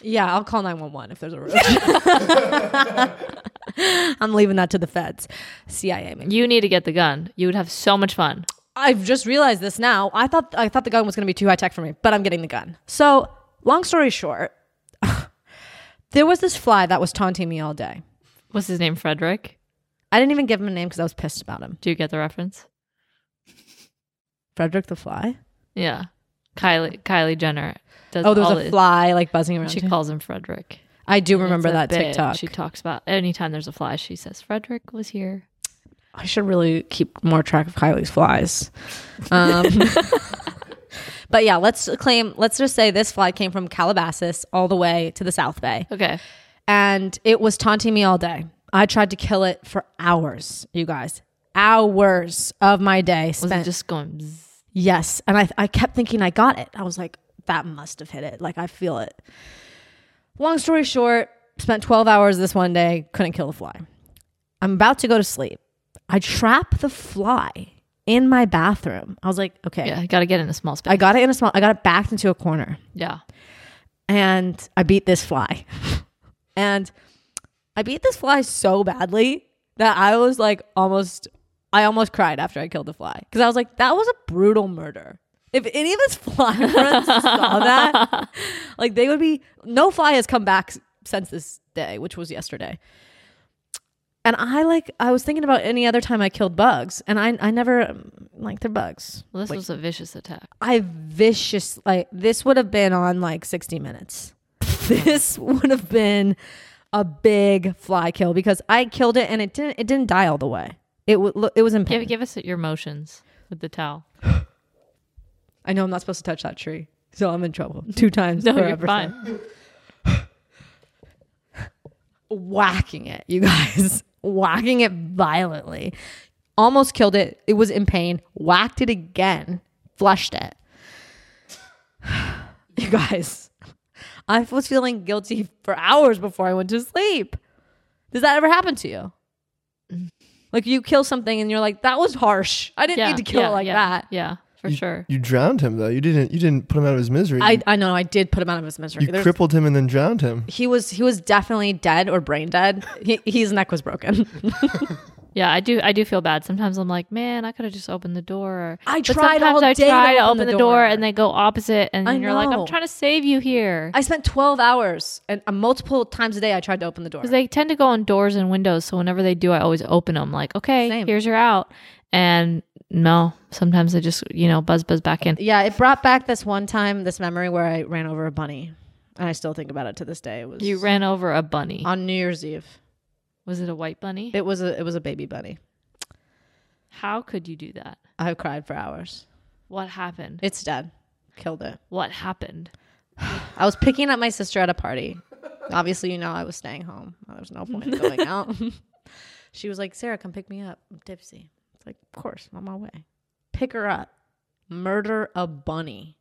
yeah, I'll call 911 if there's a roach. I'm leaving that to the feds. CIA. Maybe.
You need to get the gun. You would have so much fun.
I've just realized this now. I thought I thought the gun was going to be too high tech for me, but I'm getting the gun. So, long story short, there was this fly that was taunting me all day.
What's his name? Frederick.
I didn't even give him a name because I was pissed about him.
Do you get the reference?
Frederick the Fly.
Yeah. Kylie Kylie Jenner does.
Oh, there
all
was a
this-
fly like buzzing around.
She
him.
calls him Frederick.
I do remember
It's a
that
bit
TikTok.
She talks about anytime there's a fly, she says Frederick was here.
I should really keep more track of Kylie's flies. Um, but yeah, let's claim. Let's just say this fly came from Calabasas all the way to the South Bay,
Okay.
and it was taunting me all day. I tried to kill it for hours, you guys. Hours of my day
Was
spent
it just going? bzz?
Yes. And I, I kept thinking I got it. I was like, that must have hit it. Like I feel it. Long story short, spent 12 hours this one day, couldn't kill the fly. I'm about to go to sleep. I trap the fly in my bathroom. I was like, okay.
Yeah, you got to get in a small space.
I got it in a small I got it backed into a corner
yeah.
and I beat this fly. and I beat this fly so badly that I was like almost I almost cried after I killed the fly cuz I was like that was a brutal murder. If any of his fly friends saw that, like they would be no fly has come back s- since this day, which was yesterday. And I like I was thinking about any other time I killed bugs and I I never um, like they're bugs.
Well, this was a vicious attack.
I vicious like this would have been on like 60 minutes. this would have been a big fly kill because I killed it and it didn't it didn't die all the way. It w- it was in pain.
Give, give us your motions with the towel.
I know I'm not supposed to touch that tree. So I'm in trouble. Two times
No, you're
forever.
fine.
Whacking it, you guys. Whacking it violently. Almost killed it. It was in pain. Whacked it again. Flushed it. you guys. I was feeling guilty for hours before I went to sleep. Does that ever happen to you? Like you kill something and you're like, that was harsh. I didn't
Yeah,
need to kill
yeah,
it like
yeah,
that.
Yeah, for
you,
sure.
You drowned him though. You didn't. You didn't put him out of his misery.
I, I know I did put him out of his misery.
you
There's-
crippled him and then drowned him.
he was he was definitely dead or brain dead. He, his neck was broken.
Yeah, I do. I do feel bad sometimes. I'm like, man, I could have just opened the door. Or,
I
But
tried
sometimes
all
I
day to
try to
open
open
the
the door,
door.
and they go opposite, and
I
then you're like,
know.
I'm trying to save you here.
I spent 12 hours and uh, multiple times a day I tried to open the door.
Because they tend to go on doors and windows, so whenever they do, I always open them. Like, okay,
Same.
here's your out. And no, sometimes they just you know buzz buzz back in.
yeah, it brought back this one time this memory where I ran over a bunny, and I still think about it to this day. It was
You ran over a bunny.
on New Year's Eve.
Was it a white bunny?
It was a it was a baby bunny.
How could you do that?
I cried for hours.
What happened?
It's dead. Killed it.
What happened?
I was picking up my sister at a party. Obviously, you know I was staying home. There was no point in going out. she was like, "Sarah, come pick me up. I'm tipsy." It's like, "Of course, I'm on my way." Pick her up. Murder a bunny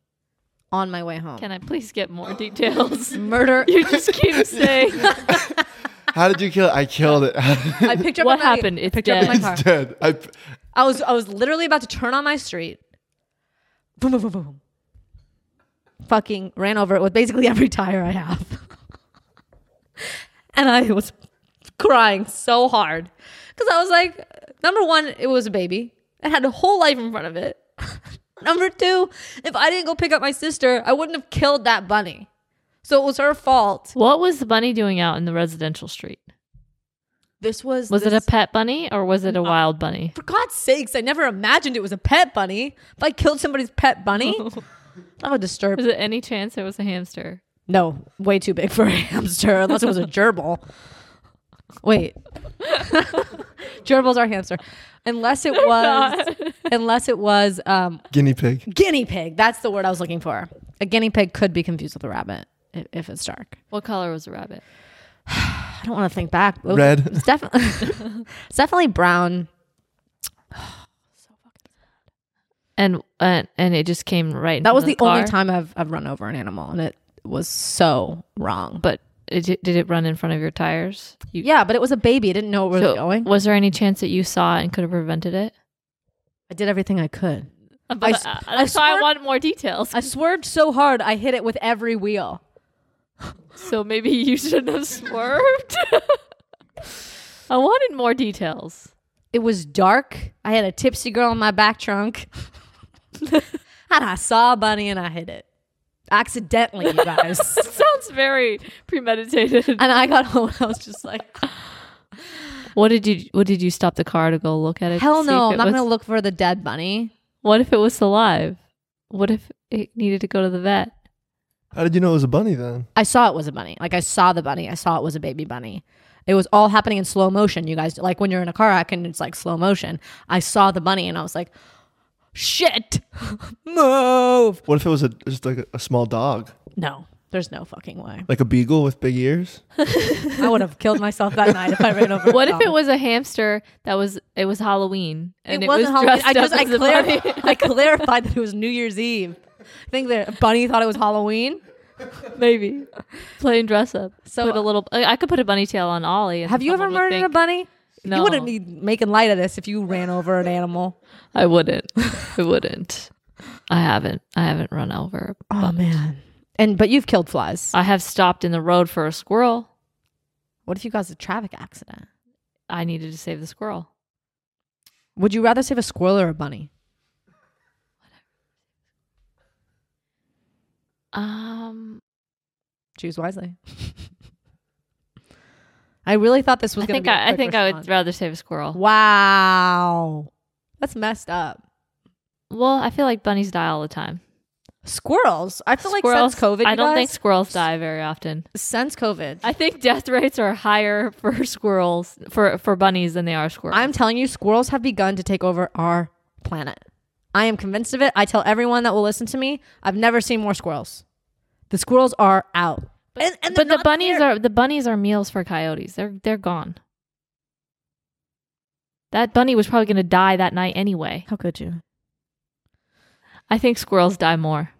on my way home.
Can I please get more details?
Murder.
you just keep saying
How did you kill it? I killed it.
I picked her up. in
what
my-
happened. It's
Picked her up in
dead.
my car.
it's dead. I, p-
I was I was literally about to turn on my street. Boom, boom, boom, boom, boom. Fucking ran over it with basically every tire I have. and I was crying so hard. Cause I was like, number one, it was a baby. It had a whole life in front of it. number two, if I didn't go pick up my sister, I wouldn't have killed that bunny. So it was her fault.
What was the bunny doing out in the residential street?
This was
Was it a
this- Uh,
pet bunny or was it a wild bunny?
for God's sakes, I never imagined it was a pet bunny. If I killed somebody's pet bunny, that would disturb.
Was it any chance it was a hamster?
No, way too big for a hamster, unless it was a gerbil. Wait, gerbils are hamster, unless it was, unless it was um,
guinea pig.
guinea pig. That's the word I was looking for. A guinea pig could be confused with a rabbit if, if it's dark.
What color was the rabbit?
I don't want to think back. It was-
Red.
It's definitely, it's definitely brown.
And uh, and it just came right.
That
in
was
front
the
of
only
car?
time I've I've run over an animal, and it was so wrong.
But it, di- did it run in front of your tires? You,
Yeah, but it was a baby. I didn't know where it was
So
going.
Was there any chance that you saw it and could have prevented it?
I did everything I could.
But,
s-
uh,
I
that's why I
swear-
want more details.
I swerved so hard, I hit it with every wheel.
so maybe you shouldn't have swerved. I wanted more details.
It was dark. I had a tipsy girl in my back trunk. and I saw a bunny and I hit it. Accidentally, you guys.
Sounds very premeditated.
and I got home and I was just like,
What did you What did you stop the car to go look at it? to
hell
see if
no,
it
I'm not
was-
going to look for the dead bunny.
What if it was alive? What if it needed to go to the vet?
How did you know it was a bunny then?
I saw it was a bunny. Like I saw the bunny. I saw it was a baby bunny. It was all happening in slow motion, you guys. Like when you're in a car wreck and it's like slow motion. I saw the bunny and I was like, shit, move.
What if it was a just like a, a small dog,
No, there's no fucking way.
like a beagle with big ears?
I would have killed myself that night if I ran over.
What if it was a hamster that was it was Halloween and it, was
Halloween.
dressed
I
up
just I,
as a
clar-
bunny?
I clarified that it was New Year's Eve. think that Bunny thought it was Halloween.
Maybe plain dress up.
So-
So put a little. I I could put a bunny tail on Ollie. and
Have you ever
someone would
murdered a
think-
bunny?
No,
You wouldn't be making light of this if you ran over an animal.
I wouldn't. I wouldn't. I haven't. I haven't run over. a
Oh
bunny.
man. And but you've killed flies.
I have stopped in the road for a squirrel.
What if you caused a traffic accident?
I needed to save the squirrel.
Would you rather save a squirrel or a bunny?
Um,
Choose wisely. I really thought this was
I
going to
think
be. a
I, I
quick
think I would
response.
rather save a squirrel.
Wow, that's messed up.
Well, I feel like bunnies die all the time.
Squirrels. I feel
squirrels,
like since COVID,
I
you
don't think
guys-
squirrels die very often.
since COVID,
I think death rates are higher for squirrels for for bunnies than they are squirrels.
I'm telling you, squirrels have begun to take over our planet. I am convinced of it. I tell everyone that will listen to me, I've never seen more squirrels. The squirrels are out. and, and they're
but the
not
bunnies
scared.
are the bunnies are meals for coyotes. They're they're gone. That bunny was probably going to die that night anyway.
How could you?
I think squirrels die more.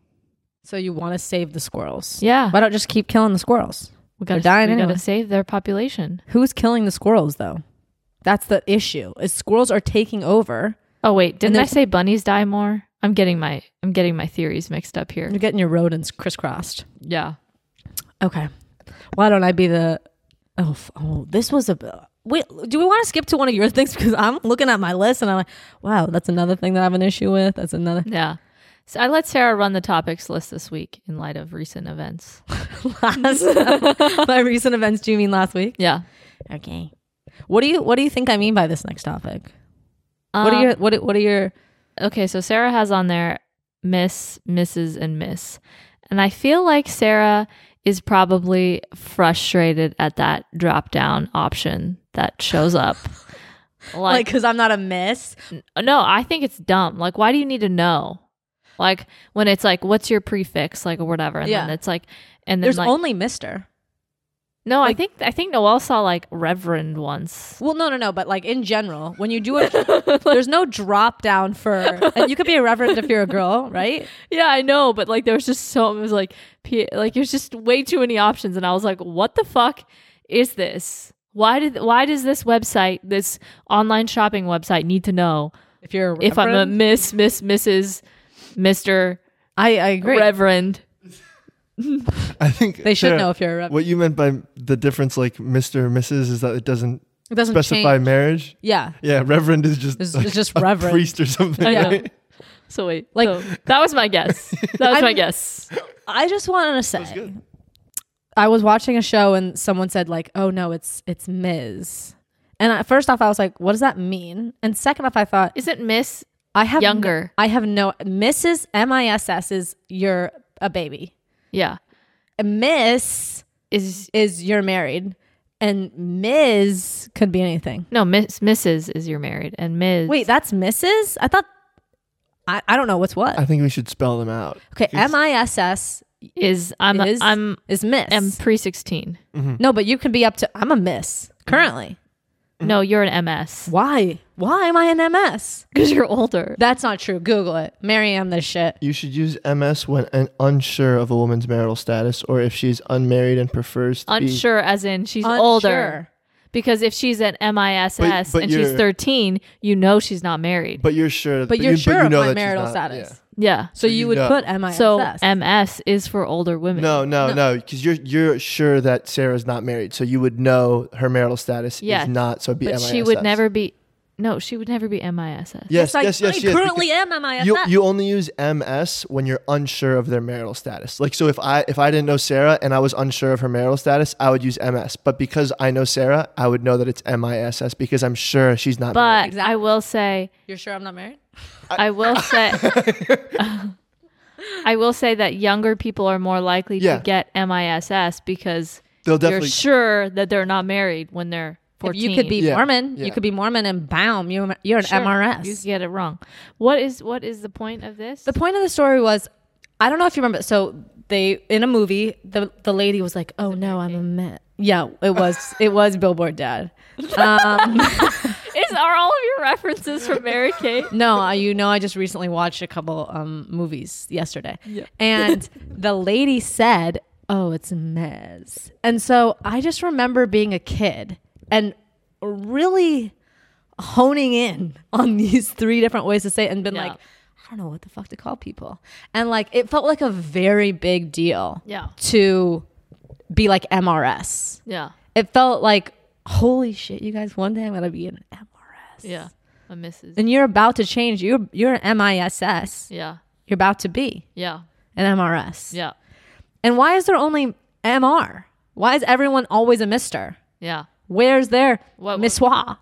So you want to save the squirrels?
Yeah,
Why don't just keep killing the squirrels?
we got to
they're dying
we got
anyway.
to save their population.
Who's killing the squirrels though? That's the issue. Is squirrels are taking over.
Oh wait, didn't I
there's-
say bunnies die more? I'm getting my I'm getting my theories mixed up here.
You're getting your rodents crisscrossed.
Yeah.
Okay. Why don't I be the? Oh, f- oh this was a. Wait, do we want to skip to one of your things? Because I'm looking at my list and I'm like, wow, that's another thing that I have an issue with. That's another.
Yeah. So I let Sarah run the topics list this week in light of recent events.
last by recent events do you mean last week
Yeah.
okay what do you what do you think i mean by this next topic what are
Um,
your what are- what are your
okay, so Sarah has on there Miss, Mrs., and Miss. And I feel like Sarah is probably frustrated at that drop down option that shows up.
like
like,
because i'm not a miss
no, I think it's dumb. Like, why do you need to know? Like, when it's like, what's your prefix? Like, or whatever. And
Yeah.
then it's like, and then
there's
like,
only mister
no, I
like-
think, I think Noel saw like Reverend once.
well no no no but like in general when you do it there's no drop down for and you could be a reverend if you're a girl right
Yeah, I know, but like there was just so it was like P- like there's just way too many options, and I was like, what the fuck is this? Why did why does this website, this online shopping website, need to know
if you're a reverend,
if I'm a Miss, Miss, Mrs, Mister,
i i agree
Reverend?
I think
they should
Sarah,
know if you're a reverend
What you meant by the difference, like Mr. and Mrs., is that it doesn't,
it doesn't
specify
change
marriage.
yeah
Yeah, Reverend is just
it's,
like
it's just
a
reverend Oh,
priest or something.
Yeah.
right?
So wait,
Like-
like that was my guess. That was my
I'm-
guess.
I just wanted to say I was watching a show and someone said like, "Oh no, it's it's Ms." And I, first off, I was like, "What does that mean?" And second off, I thought
Isn't Miss
I have no-
younger?
I have no Mrs. M I S S is you're a baby.
Yeah,
And Miss
is
is you're married, and Ms. could be anything.
no Miss Mrs is you're married, and Ms.
Wait, that's Mrs. I thought I, I don't know what's what.
I think we should spell them out.
Okay, M I S S
is I'm
is
I'm
is Miss.
I'm pre sixteen.
Hmm.
no, but you can be up to I'm a Miss currently. Mm-hmm.
No, you're an MS
Why? Why am I an MS?
because you're older.
That's not true. Google it. Mary Am this shit.
You should use MS when an unsure of a woman's marital status or if she's unmarried and prefers to be.
unsure as in she's older
Unsure.
because if she's at miss
But- but
and she's
you're-
13 you know she's not married
But you're sure.
But you're
you,
sure
you
of
know
my
that she's
marital
not-
status.
yeah
So, you,
you
would
know.
put MISS.
so ms is for older
yeah.
women
No, no, no, because you're you're sure that Sarah's not married, so you would know her marital status
Yes.
is not. So it'd be
but
MISS.
she would never be no she would never be miss
Yes, yes, yes.
I
she is,
currently
because
am MISS.
You you only use MS when you're unsure of their marital status. Like so, if I if I didn't know Sarah and I was unsure of her marital status, I would use MS. But because I know Sarah, I would know that it's MISS because I'm sure she's not.
but
married.
i will say
You're sure I'm not married?
i will say i will say that younger people are more likely
Yeah.
to get miss because
they'll
they're
definitely
sure that they're not married when they're 14
You could be
Yeah,
Mormon. You
yeah.
could be Mormon and boom, you, you're an
Sure.
MRS.
You get it wrong. What is what is the point of this?
the point of the story was, I don't know if you remember. So they in a movie, the the lady was like, "Oh no, I'm a Miss." Yeah, it was it was Billboard Dad. Um,
Is These are all of your references from Mary Kate.
No, I- you know, I just recently watched a couple um, movies yesterday, and the lady said, "Oh, it's Mez," and so I just remember being a kid and really honing in on these three different ways to say it and been
Yeah.
like, I don't know what the fuck to call people, and like it felt like a very big deal
Yeah.
to be like MRS.
Yeah.
It felt like, holy shit, you guys! One day I'm gonna be an MRS
Yeah. A Mrs.
and you're about to change. You're you're an MISS.
Yeah.
You're about to be
Yeah.
an MRS.
Yeah.
And why is there only MR? Why is everyone always a Mister?
Yeah.
Where's their
What-
Missoir,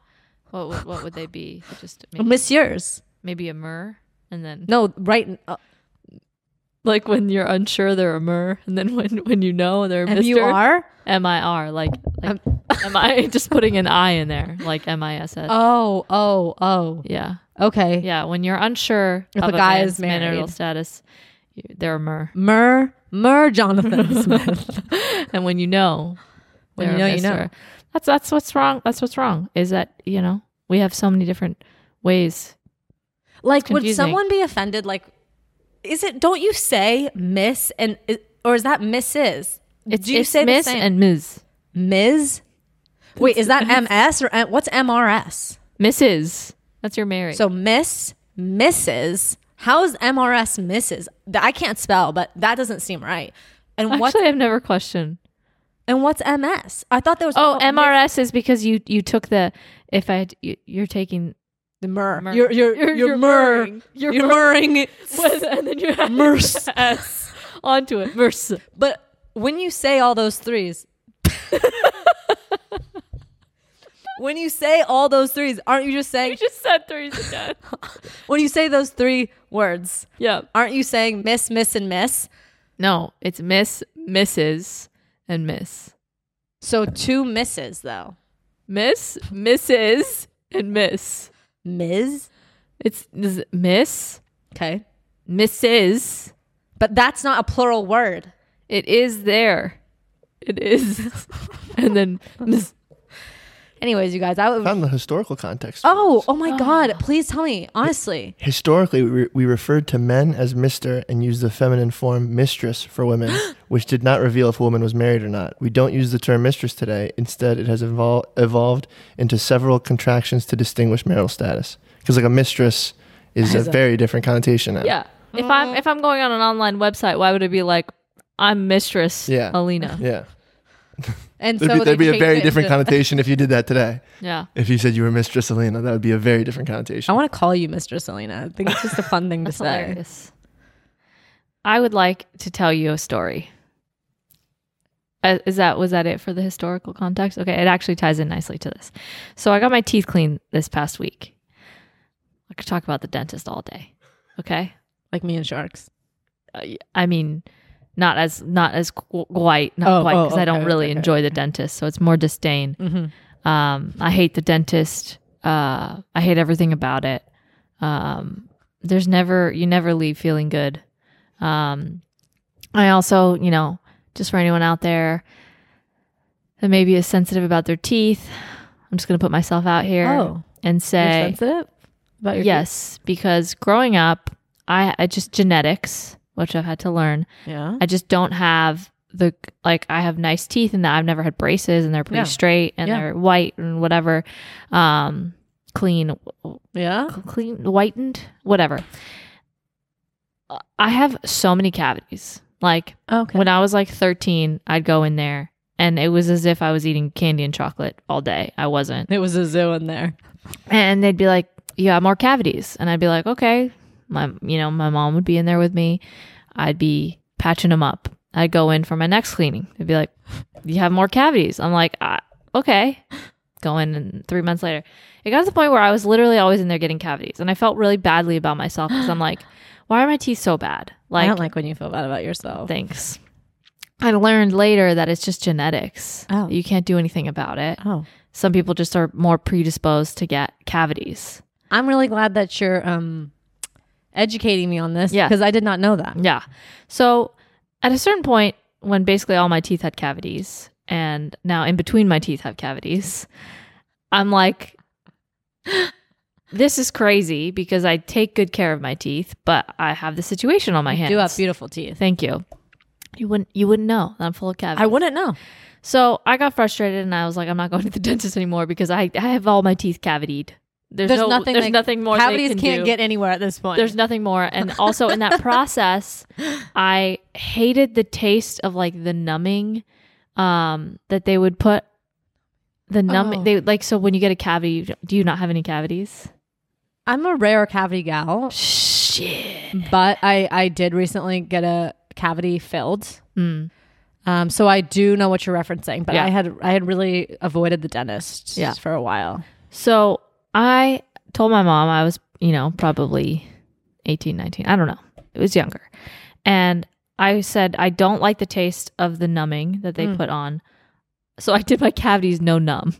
What would, what would they be? Just maybe,
Monsieurs?
maybe a myrrh and then
No, right. Uh,
like when you're unsure they're a myrrh and then when when you know they're Um, a
and you are.
M I R like like am I just putting an I in there like M I S S.
Oh, oh, oh.
Yeah.
Okay.
Yeah, when you're unsure
If
of
a guy
man's
is married.
marital status, you- they're a myrrh.
Mer, Mer, Jonathan Smith.
and when you know,
When you
they're a
know, you know.
mister. That's that's what's wrong. That's what's wrong. Is that you know we have so many different ways.
like, would
confusing.
someone be offended? Like, is it? Don't you say Miss and or is that Mrs.?
It's,
Do you
it's
say the
Miss
same?
and Ms.
Ms. Wait, is that MS or M- what's MRS?
Mrs. That's your married.
So Miss, Mrs. How is MRS Mrs? That I can't spell, but that doesn't seem right. And what's
actually, I've never questioned.
and what's MS? I thought there was
Oh,
mi-
MRS is because you you took the if I had- you, you're taking
The mer.
Mer.
You're you're you're,
You're- you're
mer.
merring. You're
You're, merring. it.
and then you add
Merce.
S onto it. Merce.
But when you say all those threes, when you say all those threes, aren't you just
You
saying
just said threes again.
when you say those three words,
yeah.
aren't you saying miss, miss, and miss?
No, it's Miss, Mrs, and Miss.
So two misses though.
Miss, Mrs, and Miss.
Ms.
It's is it Miss,
Okay.
Mrs.
But that's not a plural word.
It is there. It is. and then Miss.
Anyways, you guys, I would.
Found the historical context.
Oh, oh my God. Please tell me, honestly.
Historically, we, re- we referred to men as Mister and used the feminine form mistress for women, which did not reveal if a woman was married or not. We don't use the term mistress today. Instead, it has evol- evolved into several contractions to distinguish marital status. Because like a mistress is a very different connotation now.
Yeah. If I'm if I'm going on an online website, why would it be like I'm Mistress
Yeah.
Alina?
Yeah.
And
There'd
so
be, there'd be a very different
kind.
connotation if you did that today.
Yeah.
If you said you were Mistress Elena, that would be a very different
I
connotation.
want to call you Mr. Selena. I think it's just a fun thing to
That's
say.
hilarious. I would like to tell you a story. Uh, Is that was that it for the historical context? Okay, it actually ties in nicely to this. So I got my teeth cleaned this past week. I could talk about the dentist all day. Okay,
Like me and sharks.
I- I mean, not as not as qu- quite not
Oh,
quite
oh,
because I don't
okay,
really
okay, okay.
enjoy the dentist, so it's more disdain. Um, I hate the dentist. Uh, I hate everything about it. Um, there's never you never leave feeling good. Um, I also, you know, just for anyone out there that maybe is sensitive about their teeth, I'm just gonna put myself out here
Oh.
and say
sensitive about your
yes, because growing up, I, I just genetics, which I've had to learn.
Yeah.
I just don't have the like I have nice teeth and that I've never had braces and they're pretty straight and
Yeah.
they're white and whatever. Um clean
Yeah.
clean whitened, whatever. Uh, I have so many cavities. Like
Oh, Okay.
when I was like 13, I'd go in there and it was as if I was eating candy and chocolate all day. I wasn't.
It was a zoo in there.
And they'd be like, "You have more cavities," and I'd be like, "Okay." My, you know, my mom would be in there with me. I'd be patching them up. I'd go in for my next cleaning. They'd be like, "You have more cavities." I'm like, ah, "Okay." Go in, and three months later, it got to the point where I was literally always in there getting cavities, and I felt really badly about myself because I'm like, "Why are my teeth so bad?"
I
Like,
don't like when you feel bad about yourself.
thanks. I learned later that it's just genetics.
Oh.
You can't do anything about it.
Oh.
Some people just are more predisposed to get cavities.
I'm really glad that you're um, educating me on this
Yeah.
because I did not know that.
Yeah. So at a certain point, when basically all my teeth had cavities, and now in between my teeth have cavities, I'm like, this is crazy because I take good care of my teeth, but I have the situation on my hands.
You have beautiful teeth.
Thank you. You wouldn't you wouldn't know. that I'm full of cavities.
I wouldn't know.
so I got frustrated and I was like, I'm not going to the dentist anymore because I, I have all my teeth cavitied. There's,
There's
no,
nothing.
There's
like-
nothing more.
Cavities
they can
not
do.
get anywhere at this point.
There's nothing more. And also in that process, I hated the taste of like the numbing um that they would put the numbing
Oh.
they like so when you get a cavity do you not have any cavities?
I'm a rare cavity gal,
Shit.
but I I did recently get a cavity filled.
Mm.
Um, so I do know what you're referencing, but
Yeah.
I had I had really avoided the dentist
Yeah.
for a while.
So I told my mom I was, you know, probably 18, 19. I don't know. It was younger. And I said, I don't like the taste of the numbing that
Hmm.
they put on. So I did my cavities no numb.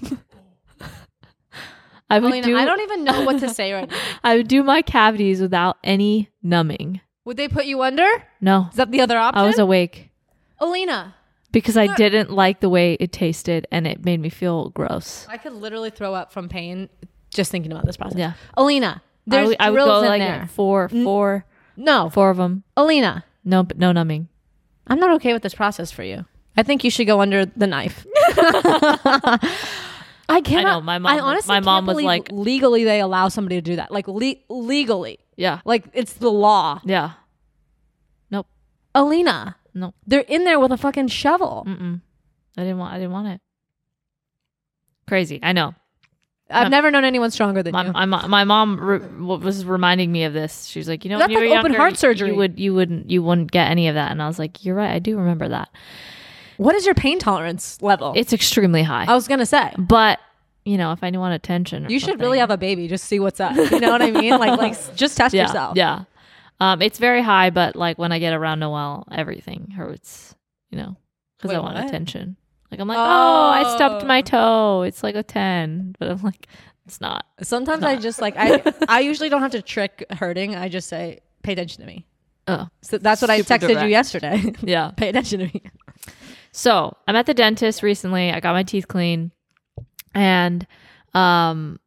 I would
Alina,
do
I don't even know what to say right now.
I would do my cavities without any numbing.
Would they put you under?
No.
Is that the other option?
I was awake
Alina,
because I didn't like the way it tasted and it made me feel gross.
I could literally throw up from pain just thinking about this process.
Yeah.
Alina,
I
there's
would- I would
drills
go
in
like
there.
four, four,
No,
four of them.
Alina,
No, but no numbing.
I'm not okay with this process for you. I think you should go under the knife. I cannot.
know, my mom
I
was-
honestly
my mom
can't
was
believe
like-
legally they allow somebody to do that. Like le- legally,
Yeah.
like it's the law.
Yeah. Nope.
Alina,
No.
they're in there with a fucking shovel.
Mm-mm. I didn't want. I didn't want it. Crazy. I know.
I've never known anyone stronger than
My,
you.
my, mo- my mom re- w- was reminding me of this. She's like, you know,
That's
when you
like
were
open
younger,
heart
you-
surgery.
You would. You wouldn't. You wouldn't get any of that. And I was like, you're right. I do remember that.
What is your pain tolerance level?
It's extremely high.
I was gonna say.
but you know, if I want attention, or
You should
something-
really have a baby. Just see what's up. You know what I mean? Like, like s- just test
yeah,
yourself.
Yeah. Um, it's very high, but like when I get around Noel, everything hurts. You know, because
Wait,
I want
what?
attention. Like I'm like, oh, I stubbed
Oh.
my toe. It's like a ten, but I'm like, it's not.
Sometimes I just like I. I usually don't have to trick hurting. I just say, pay attention to me.
Oh,
So that's what
Super
I texted
direct.
you yesterday.
yeah.
pay attention to me.
So I'm at the dentist recently. I got my teeth clean, and um,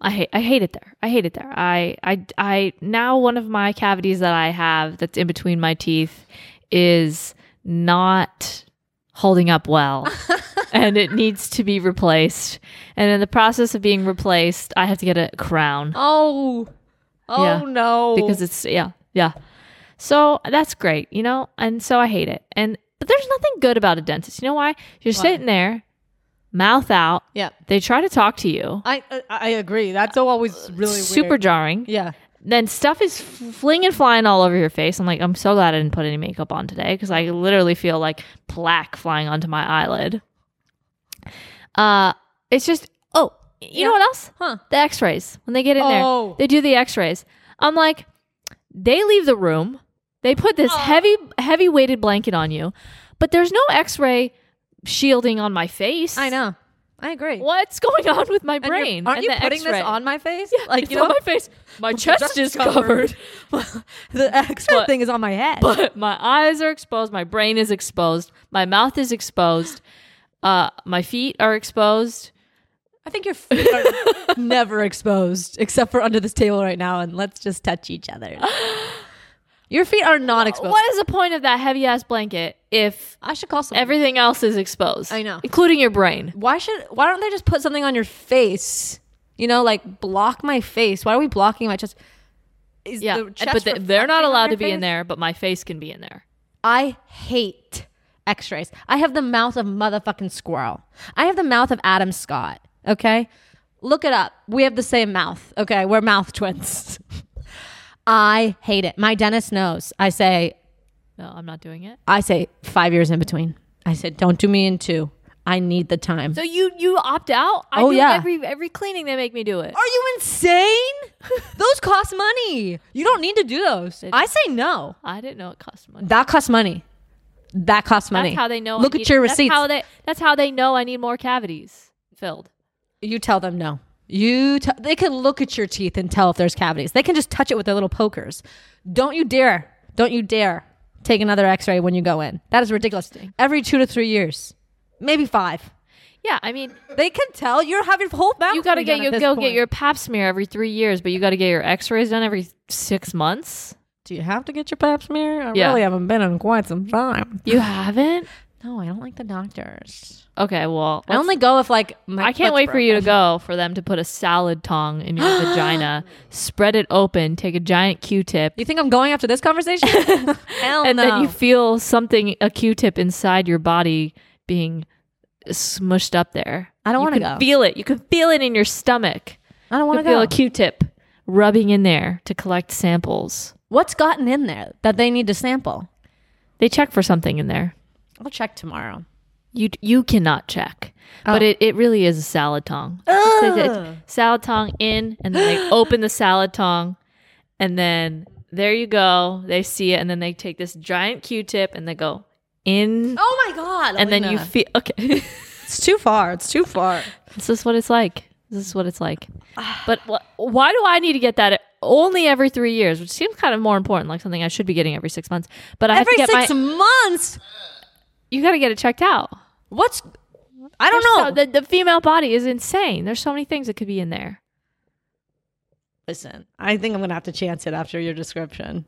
I hate I hate it there. I hate it there. I I I now one of my cavities that I have that's in between my teeth is not holding up well. and it needs to be replaced. And in the process of being replaced, I have to get a crown
Oh, oh
Yeah.
no!
because it's yeah yeah so that's great you know and so i hate it and but there's nothing good about a dentist you know why you're sitting there mouth out
yeah,
they try to talk to you
I I, I agree. That's always really
Uh, super
weird.
jarring
Yeah,
then stuff is flinging flying all over your face i'm like i'm so glad i didn't put any makeup on today because i literally feel like plaque flying onto my eyelid uh it's just oh you know what else
Huh.
the x-rays when they get in
Oh.
there they do the x-rays i'm like they leave the room they put this heavy heavy weighted blanket on you but there's no x-ray shielding on my face
I know. I agree.
what's going on with my
And you're-
brain
Aren't
and
you
the
putting
X-ray?
this on my face?
like you know my face my chest is covered
the extra
But-
thing is on my head.
but my eyes are exposed my brain is exposed my mouth is exposed uh my feet are exposed
I think your feet are never exposed except for under this table right now, and let's just touch each other. Your feet are not exposed.
what is the point of that heavy ass blanket if
I should call someone.
everything else is exposed
I know.
including your brain
why should? Why don't they just put something on your face? You know, like block my face. Why are we blocking my chest? Is
yeah
the chest
but they- they're
reflecting on
not allowed
your
to be
face?
in there but my face can be in there
I hate x-rays. I have the mouth of motherfucking squirrel. I have the mouth of Adam Scott, okay? Look it up. We have the same mouth, okay? We're mouth twins. I hate it. My dentist knows. I say
no i'm not doing it
I say 5 years in between. I said don't do me in two. I need the time.
so you you opt out i
Oh,
do
yeah.
every every cleaning they make me do it
Are you insane? those cost money. You don't need to do those. I say no.
i didn't know it cost money
That costs money. That costs money.
that's how they know I
Look
need-
at your
that's
receipts.
how they that's how they know i need more cavities filled
You tell them no. You t- they can look at your teeth and tell if there's cavities. They can just touch it with their little pokers. Don't you dare! Don't you dare take another X-ray when you go in. That is ridiculous. Every two to three years, maybe five.
Yeah, I mean,
They can tell you're having whole mouth.
you got to
redone
get
at
your
this
go get
point.
your pap smear every 3 years, but you got to get your x-rays done every 6 months.
Do you have to get your pap smear? I
Yeah.
really haven't been in quite some time.
You haven't?
No, I don't like the doctors.
Okay, well,
I only go if like my
I can't
foot's
wait for you to
broken.
go for them to put a salad tong in your vagina, spread it open, take a giant Q-tip,
You think I'm going after this conversation? Hell
and
no.
then you feel something a Q-tip inside your body being smushed up there.
I don't
You
wanna
can
go.
Feel it. You can feel it in your stomach.
I don't
You
want
can
to
feel
go.
a Q-tip rubbing in there to collect samples.
What's gotten in there that they need to sample?
They check for something in there.
I'll check tomorrow.
You you cannot check, but
Oh.
it, it really is a salad tong. Just take it- Salad tong in, and then they open the salad tong, and then there you go. They see it, and then they take this giant Q-tip and they go in,
Oh my god!
and then you feel okay.
It's too far. It's too far.
this is what it's like. This is what it's like. But wh- why do I need to get that only every three years, which seems kind of more important, like something I should be getting every six months? But I
every
have to get
six
my.
months.
you got to get it checked out.
What's? I don't know.
So the, the female body is insane. There's so many things that could be in there.
Listen, I think I'm gonna have to chance it after your description.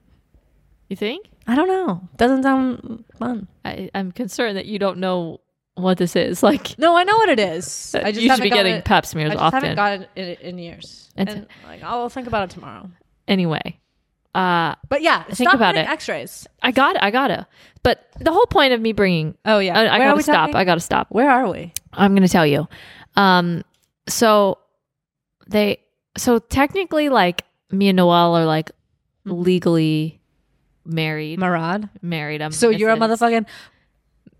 You think?
I don't know. Doesn't sound fun.
I, I'm concerned that you don't know what this is. Like,
No, I know what it is. I just
you should
haven't
be
gotten
getting
it-
pap
I
smears
just
often.
haven't gotten it in, in years.
It's-
and like, I'll think about it tomorrow.
anyway, uh,
But yeah,
Think
stop
about
getting
it.
X-rays.
I got, I gotta. But the whole point of me bringing,
Oh yeah,
I, I
Where are
gotta
we
stop.
talking?
I gotta stop.
Where are we?
I'm gonna tell you. Um, so they, so technically, like me and Noel are like
Hmm.
legally married.
Marad.
married. I'm
So you're a
missing-
motherfucking.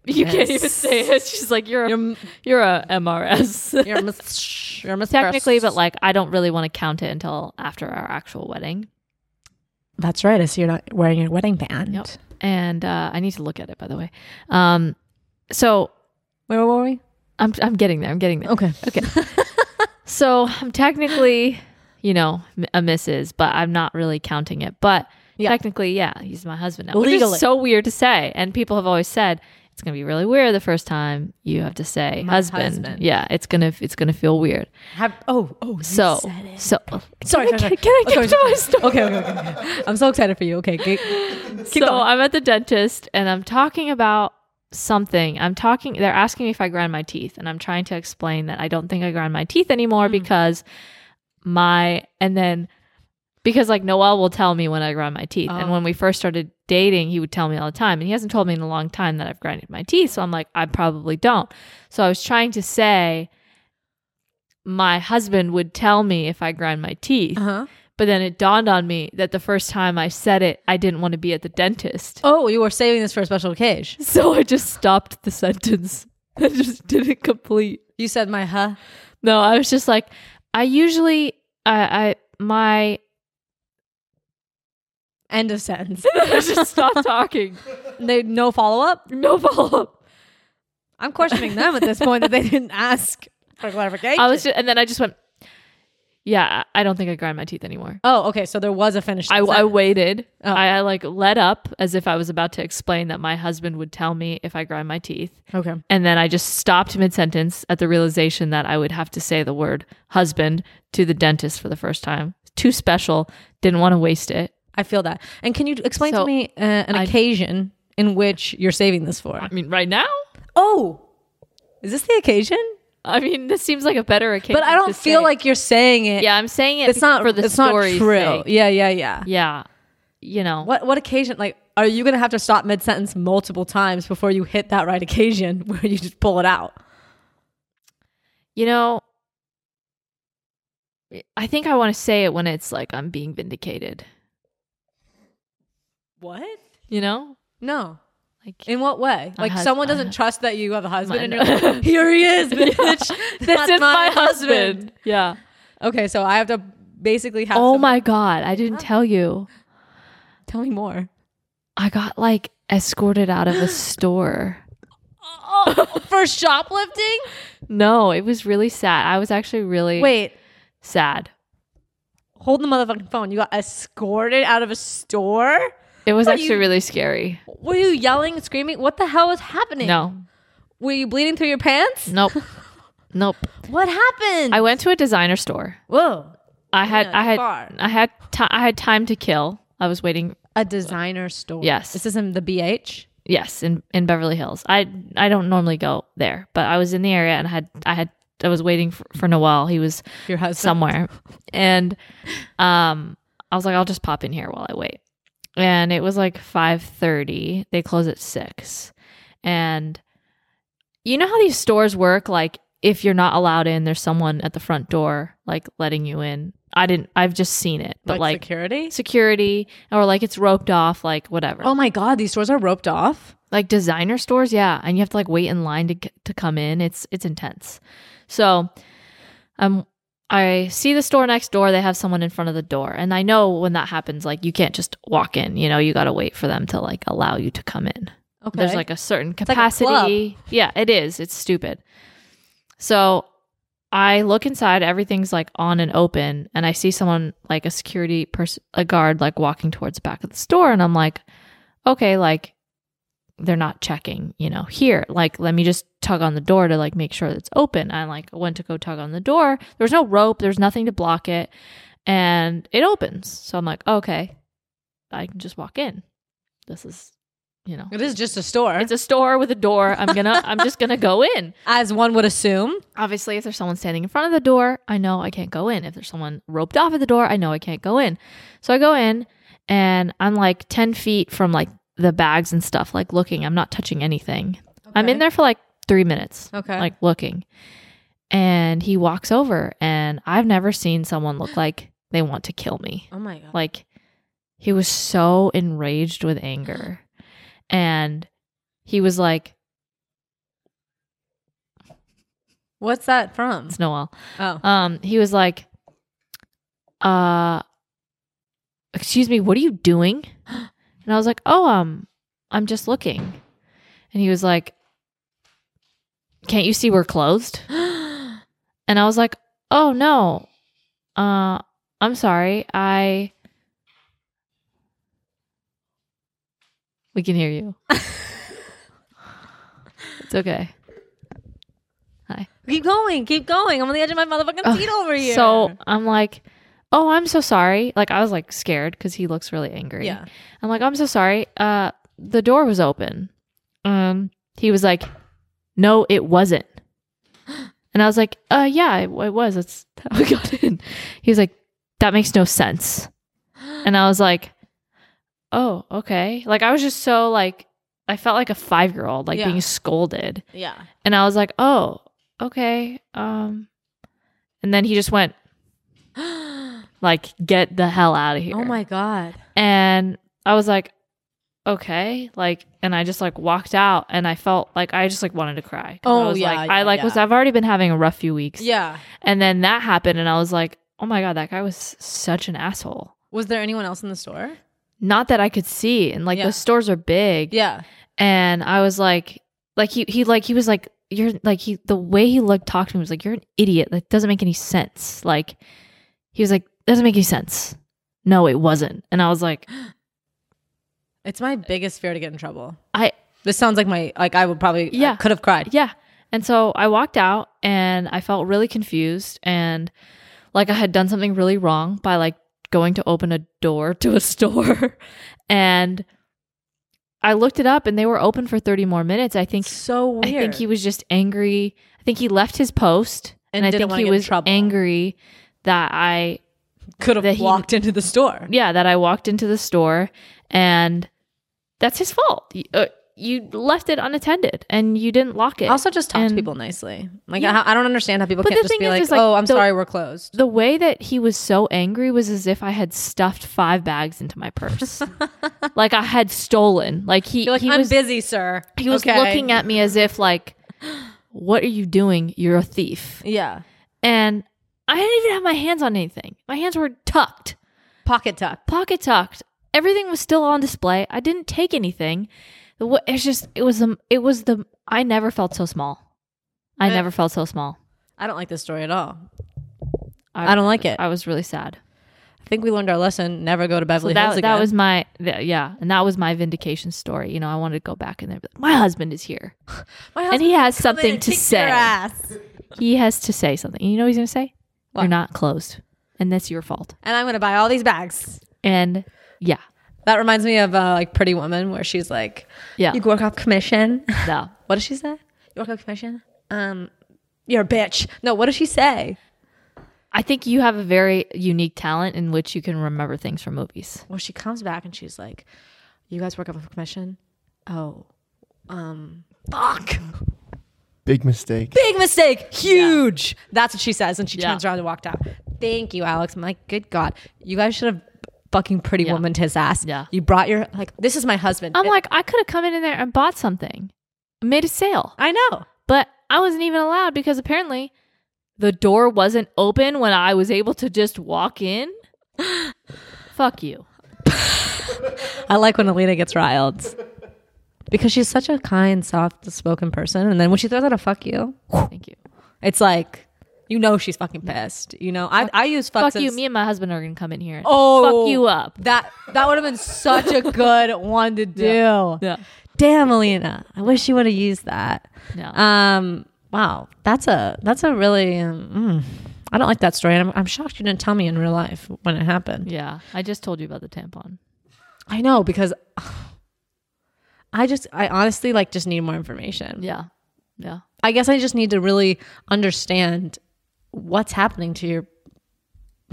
You can't even
Yes.
say it. She's like you're a, you're, a MRS.
You're a mis- you're a mis-
Technically, but like I don't really want to count it until after our actual wedding.
that's right. I see you're not wearing your wedding band.
Yep. And uh, I need to look at it by the way. Um, so
Where were we?
I'm I'm getting there. I'm getting
Oh.
there.
Okay.
Okay. so I'm technically, you know, m- a missus, but I'm not really counting it. But technically, yeah, he's my husband now. Which
Legally.
is so weird to say. And people have always said it's gonna be really weird the first time you have to say husband.
husband.
Yeah, it's gonna it's gonna feel weird.
Have, oh, oh,
So so
sorry.
can, I get- can I get to my story?
Okay, okay, okay. I'm so excited for you. Okay, get,
so I'm at the dentist and I'm talking about something. I'm talking they're asking me if I grind my teeth and I'm trying to explain that I don't think I grind my teeth anymore because my and then because like Noel will tell me when I grind my teeth. And when we first started dating, he would tell me all the time. And he hasn't told me in a long time that I've grinded my teeth. So I'm like, I probably don't. So I was trying to say my husband would tell me if I grind my teeth. But then it dawned on me that the first time I said it, I didn't want to be at the dentist.
oh, you were saving this for a special occasion.
So I just stopped the sentence. I just didn't complete.
You said my huh.
No, I was just like, I usually, I, I my,
End of sentence.
I just stopped talking.
they no follow up.
No follow up.
I'm questioning them at this point that they didn't ask for clarification.
I was just, and then I just went, yeah, I I don't think I grind my teeth anymore.
oh, okay. So there was a finished.
I, I
sentence.
waited. I, I like let up as if I was about to explain that my husband would tell me if I grind my teeth.
okay.
And then I just stopped mid sentence at the realization that I would have to say the word husband to the dentist for the first time. Too special. Didn't want to waste it.
I feel that. And can you explain
So,
to me uh, an occasion in which you're saving this for?
I mean, right now?
Oh, is this the occasion?
I mean, this seems like a better occasion.
But I
to
don't feel
say.
like you're saying it.
Yeah, I'm saying it
it's not
for the
it's not
story's
true.
sake.
Yeah, yeah, yeah.
Yeah. You know.
What what occasion? Like, are you gonna have to stop mid sentence multiple times before you hit that right occasion where you just pull it out?
You know. I think I want to say it when it's like I'm being vindicated.
What?
You know?
No.
Like
In what way?
My
Like
hus-
someone
my
doesn't
hus-
trust that you have a husband,
My-
and you're like, here he is, bitch.
this
That's
is my husband. Yeah.
Okay, so I have to basically have.
Oh
some-
my god, I didn't tell you.
Tell me more.
I got like escorted out of a store. Oh,
For shoplifting?
No, it was really sad. I was actually really
Wait,
sad.
hold the motherfucking phone. You got escorted out of a store?
It was
Are
actually
you-
really scary.
Were you yelling, screaming? What the hell is happening?
No,
Were you bleeding through your pants?
nope. Nope.
What happened?
I went to a designer store.
Whoa.
I had
Yeah,
I had
far.
I had ti- I had time to kill. I was waiting.
A designer store.
Yes.
This isn't the BH.
Yes, in in Beverly Hills. I I don't normally go there, but I was in the area and I had I had I was waiting for, for Noel. He was
Your husband.
somewhere, and um, I was like, I'll just pop in here while I wait. And it was like five thirty. They close at six, and you know how these stores work. Like if you're not allowed in, there's someone at the front door like letting you in. I didn't. I've just seen it, but like
security.
security or like it's roped off, like whatever.
Oh my God, these stores are roped off.
Like designer stores, yeah, and you have to like wait in line to g- to come in. It's it's intense. So, um, I see the store next door. They have someone in front of the door, and I know when that happens, like you can't just walk in. You know, you got to wait for them to like allow you to come in.
Okay.
There's like a certain
like a club.
capacity. yeah, it is. It's stupid. So I look inside, everything's like on and open, and I see someone like a security person, a guard, like walking towards the back of the store. And I'm like, okay, like they're not checking, you know, here. Like, let me just tug on the door to like make sure that it's open. I like went to go tug on the door. There was no rope, there's nothing to block it, and it opens. So I'm like, okay, I can just walk in. This is, you know,
it is just a store,
it's a store with a door. I'm gonna I'm just gonna go in.
as one would assume.
Obviously, if there's someone standing in front of the door, I know I can't go in. If there's someone roped off at the door, I know I can't go in. So I go in and I'm like 10 feet from like the bags and stuff, like looking. I'm not touching anything. I'm in there for like three minutes,
Okay.
like looking. And he walks over, and I've never seen someone look like they want to kill me
oh my God.
like he was so enraged with anger and he was like
What's that from?
it's noel
Oh.
um he was like uh excuse me what are you doing and i was like oh um i'm just looking and he was like can't you see we're closed and i was like oh no uh i'm sorry i we can hear you it's okay
Keep going. Keep going. I'm on the edge of my motherfucking
Ugh,
seat over here.
So I'm like, oh, I'm so sorry. Like I was like scared because he looks really angry.
Yeah.
I'm like, I'm so sorry. Uh, the door was open. Um, he was like, no, it wasn't. And I was like, uh, yeah, it, it was. That's how we got in. He was like, that makes no sense. And I was like, oh, okay. Like I was just so like, I felt like a five year old, like
Yeah.
being scolded.
Yeah.
And I was like, oh, okay. Um, and then he just went, like, get the hell out of here.
Oh my God.
And I was like, okay. Like, and I just like walked out and I felt like I just like wanted to cry. 'Cause I
Oh,
was
yeah,
like,
yeah,
I like was,
yeah.
I've already been having a rough few weeks.
Yeah.
And then that happened and I was like, oh my God, that guy was such an asshole.
Was there anyone else in the store?
Not that I could see. And like,
Yeah.
the stores are big
Yeah.
and I was like, like he he like he was like you're like he the way he looked talked to me was like you're an idiot that doesn't make any sense like he was like doesn't make any sense no it wasn't and I was like
It's my biggest fear to get in trouble.
I
This sounds like my like I would probably
Yeah.
could have cried.
yeah and so I walked out and I felt really confused and like I had done something really wrong by like going to open a door to a store and I looked it up and they were open for 30 more minutes I think
So weird.
I think he was just angry. I think he left his post,
And
and, I
didn't
think
wanna
he
get in
was
trouble.
angry that I
could
that
have
he-
walked into the store.
yeah that I walked into the store, and that's his fault. You, uh, you left it unattended, and you didn't lock it.
Also, just talk
And-
to people nicely. Like
Yeah.
I, I don't understand how people
But
can't
the
just
thing
be
is,
like,
is, like,
"Oh, I'm
the-
sorry, we're closed."
the way that he was so angry was as if I had stuffed five bags into my purse, like I had stolen. Like he,
You're like,
he
"I'm
was
busy, sir."
he was
Okay.
looking at me as if like, what are you doing? You're a thief.
yeah
and I didn't even have my hands on anything. My hands were tucked,
pocket tuck.
pocket tucked. Everything was still on display. I didn't take anything. The wa- It's just it was the it was the I never felt so small. I
Eh.
never felt so small.
I don't like this story at all. I don't like it.
I was really sad.
I think we learned our lesson. Never go to
So
Beverly Hills
that
again.
that was my th- yeah, and that was my vindication story. You know, I wanted to go back in there. But my husband is here,
my
and
husband.
he has something to
Kick your
say.
ass.
he has to say something. And you know what he's going to say?
What?
You're not closed. And that's your fault.
And I'm going to buy all these bags.
And yeah.
That reminds me of uh, like Pretty Woman, where she's like,
Yeah.
"You work off commission."
No.
what does she say? You work off commission. Um, you're a bitch. No, what does she say?
I think you have a very unique talent in which you can remember things from movies.
Well, she comes back and she's like, "You guys work off of commission." Oh, um, fuck!
Big mistake.
Big mistake. Huge. That's what she says, and she
Yeah.
turns around and walked out. Thank you, Alex. I'm like, good God, you guys should have fucking Pretty
Yeah.
Woman to his ass.
Yeah.
You brought your like. This is my husband.
I'm
It-
like, I could have come in there and bought something, made a sale,
I know.
but I wasn't even allowed because apparently the door wasn't open when I was able to just walk in. Fuck you.
I like when Alina gets riled because she's such a kind, soft spoken person. And then when she throws out a fuck you,
Thank you.
it's like, you know, she's fucking pissed. You know, I, I use fuck,
Fuck you.
as-
Me and my husband are going to come in here and
Oh.
fuck you up.
That, that would have been such a good one to do.
Yeah.
Damn, Alina. I wish you would have used that.
No.
Um, wow. That's a, that's a really, um, mm, I don't like that story. And I'm, I'm shocked you didn't tell me in real life when it happened.
yeah. I just told you about the tampon.
I know because I just, I honestly like just need more information.
Yeah. Yeah.
I guess I just need to really understand what's happening to your.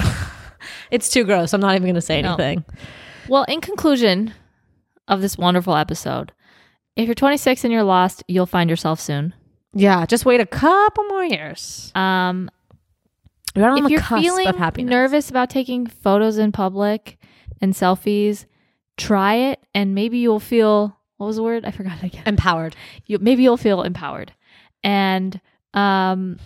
it's too gross. I'm not even going to say
No.
anything.
Well, in conclusion of this wonderful episode, if you're 26 and you're lost, you'll find yourself soon.
Yeah, just wait a couple more years.
Um,
You're on
if
the
you're
cusp
feeling
of happiness.
nervous about taking photos in public and selfies, try it, and maybe you'll feel what was the word? I forgot it again.
empowered.
You, maybe you'll feel empowered, and um,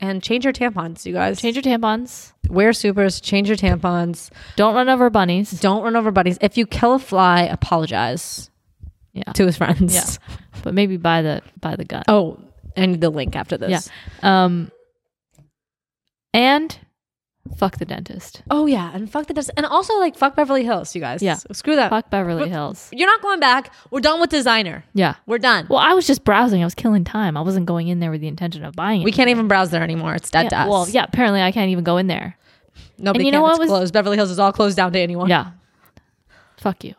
And change your tampons, you guys.
change your tampons.
Wear supers, change your tampons.
Don't run over bunnies.
Don't run over buddies. If you kill a fly, apologize
Yeah.
to his friends.
Yeah. But maybe buy the buy the gun.
Oh, I need the link after this.
Um, and fuck the dentist.
Oh, yeah. And fuck the And also, like, fuck Beverly Hills, you guys.
Yeah.
Screw that.
Fuck Beverly Hills.
You're not going back. We're done with designer.
Yeah.
We're done.
Well, I was just browsing. I was killing time. I wasn't going in there with the intention of buying.
We
it.
can't even browse there anymore. It's dead to
Yeah,
us.
Well, yeah. Apparently, I can't even go in there.
Nobody
and you
can.
know what
it's
was-
closed. Beverly Hills is all closed down to anyone.
Yeah. Fuck you.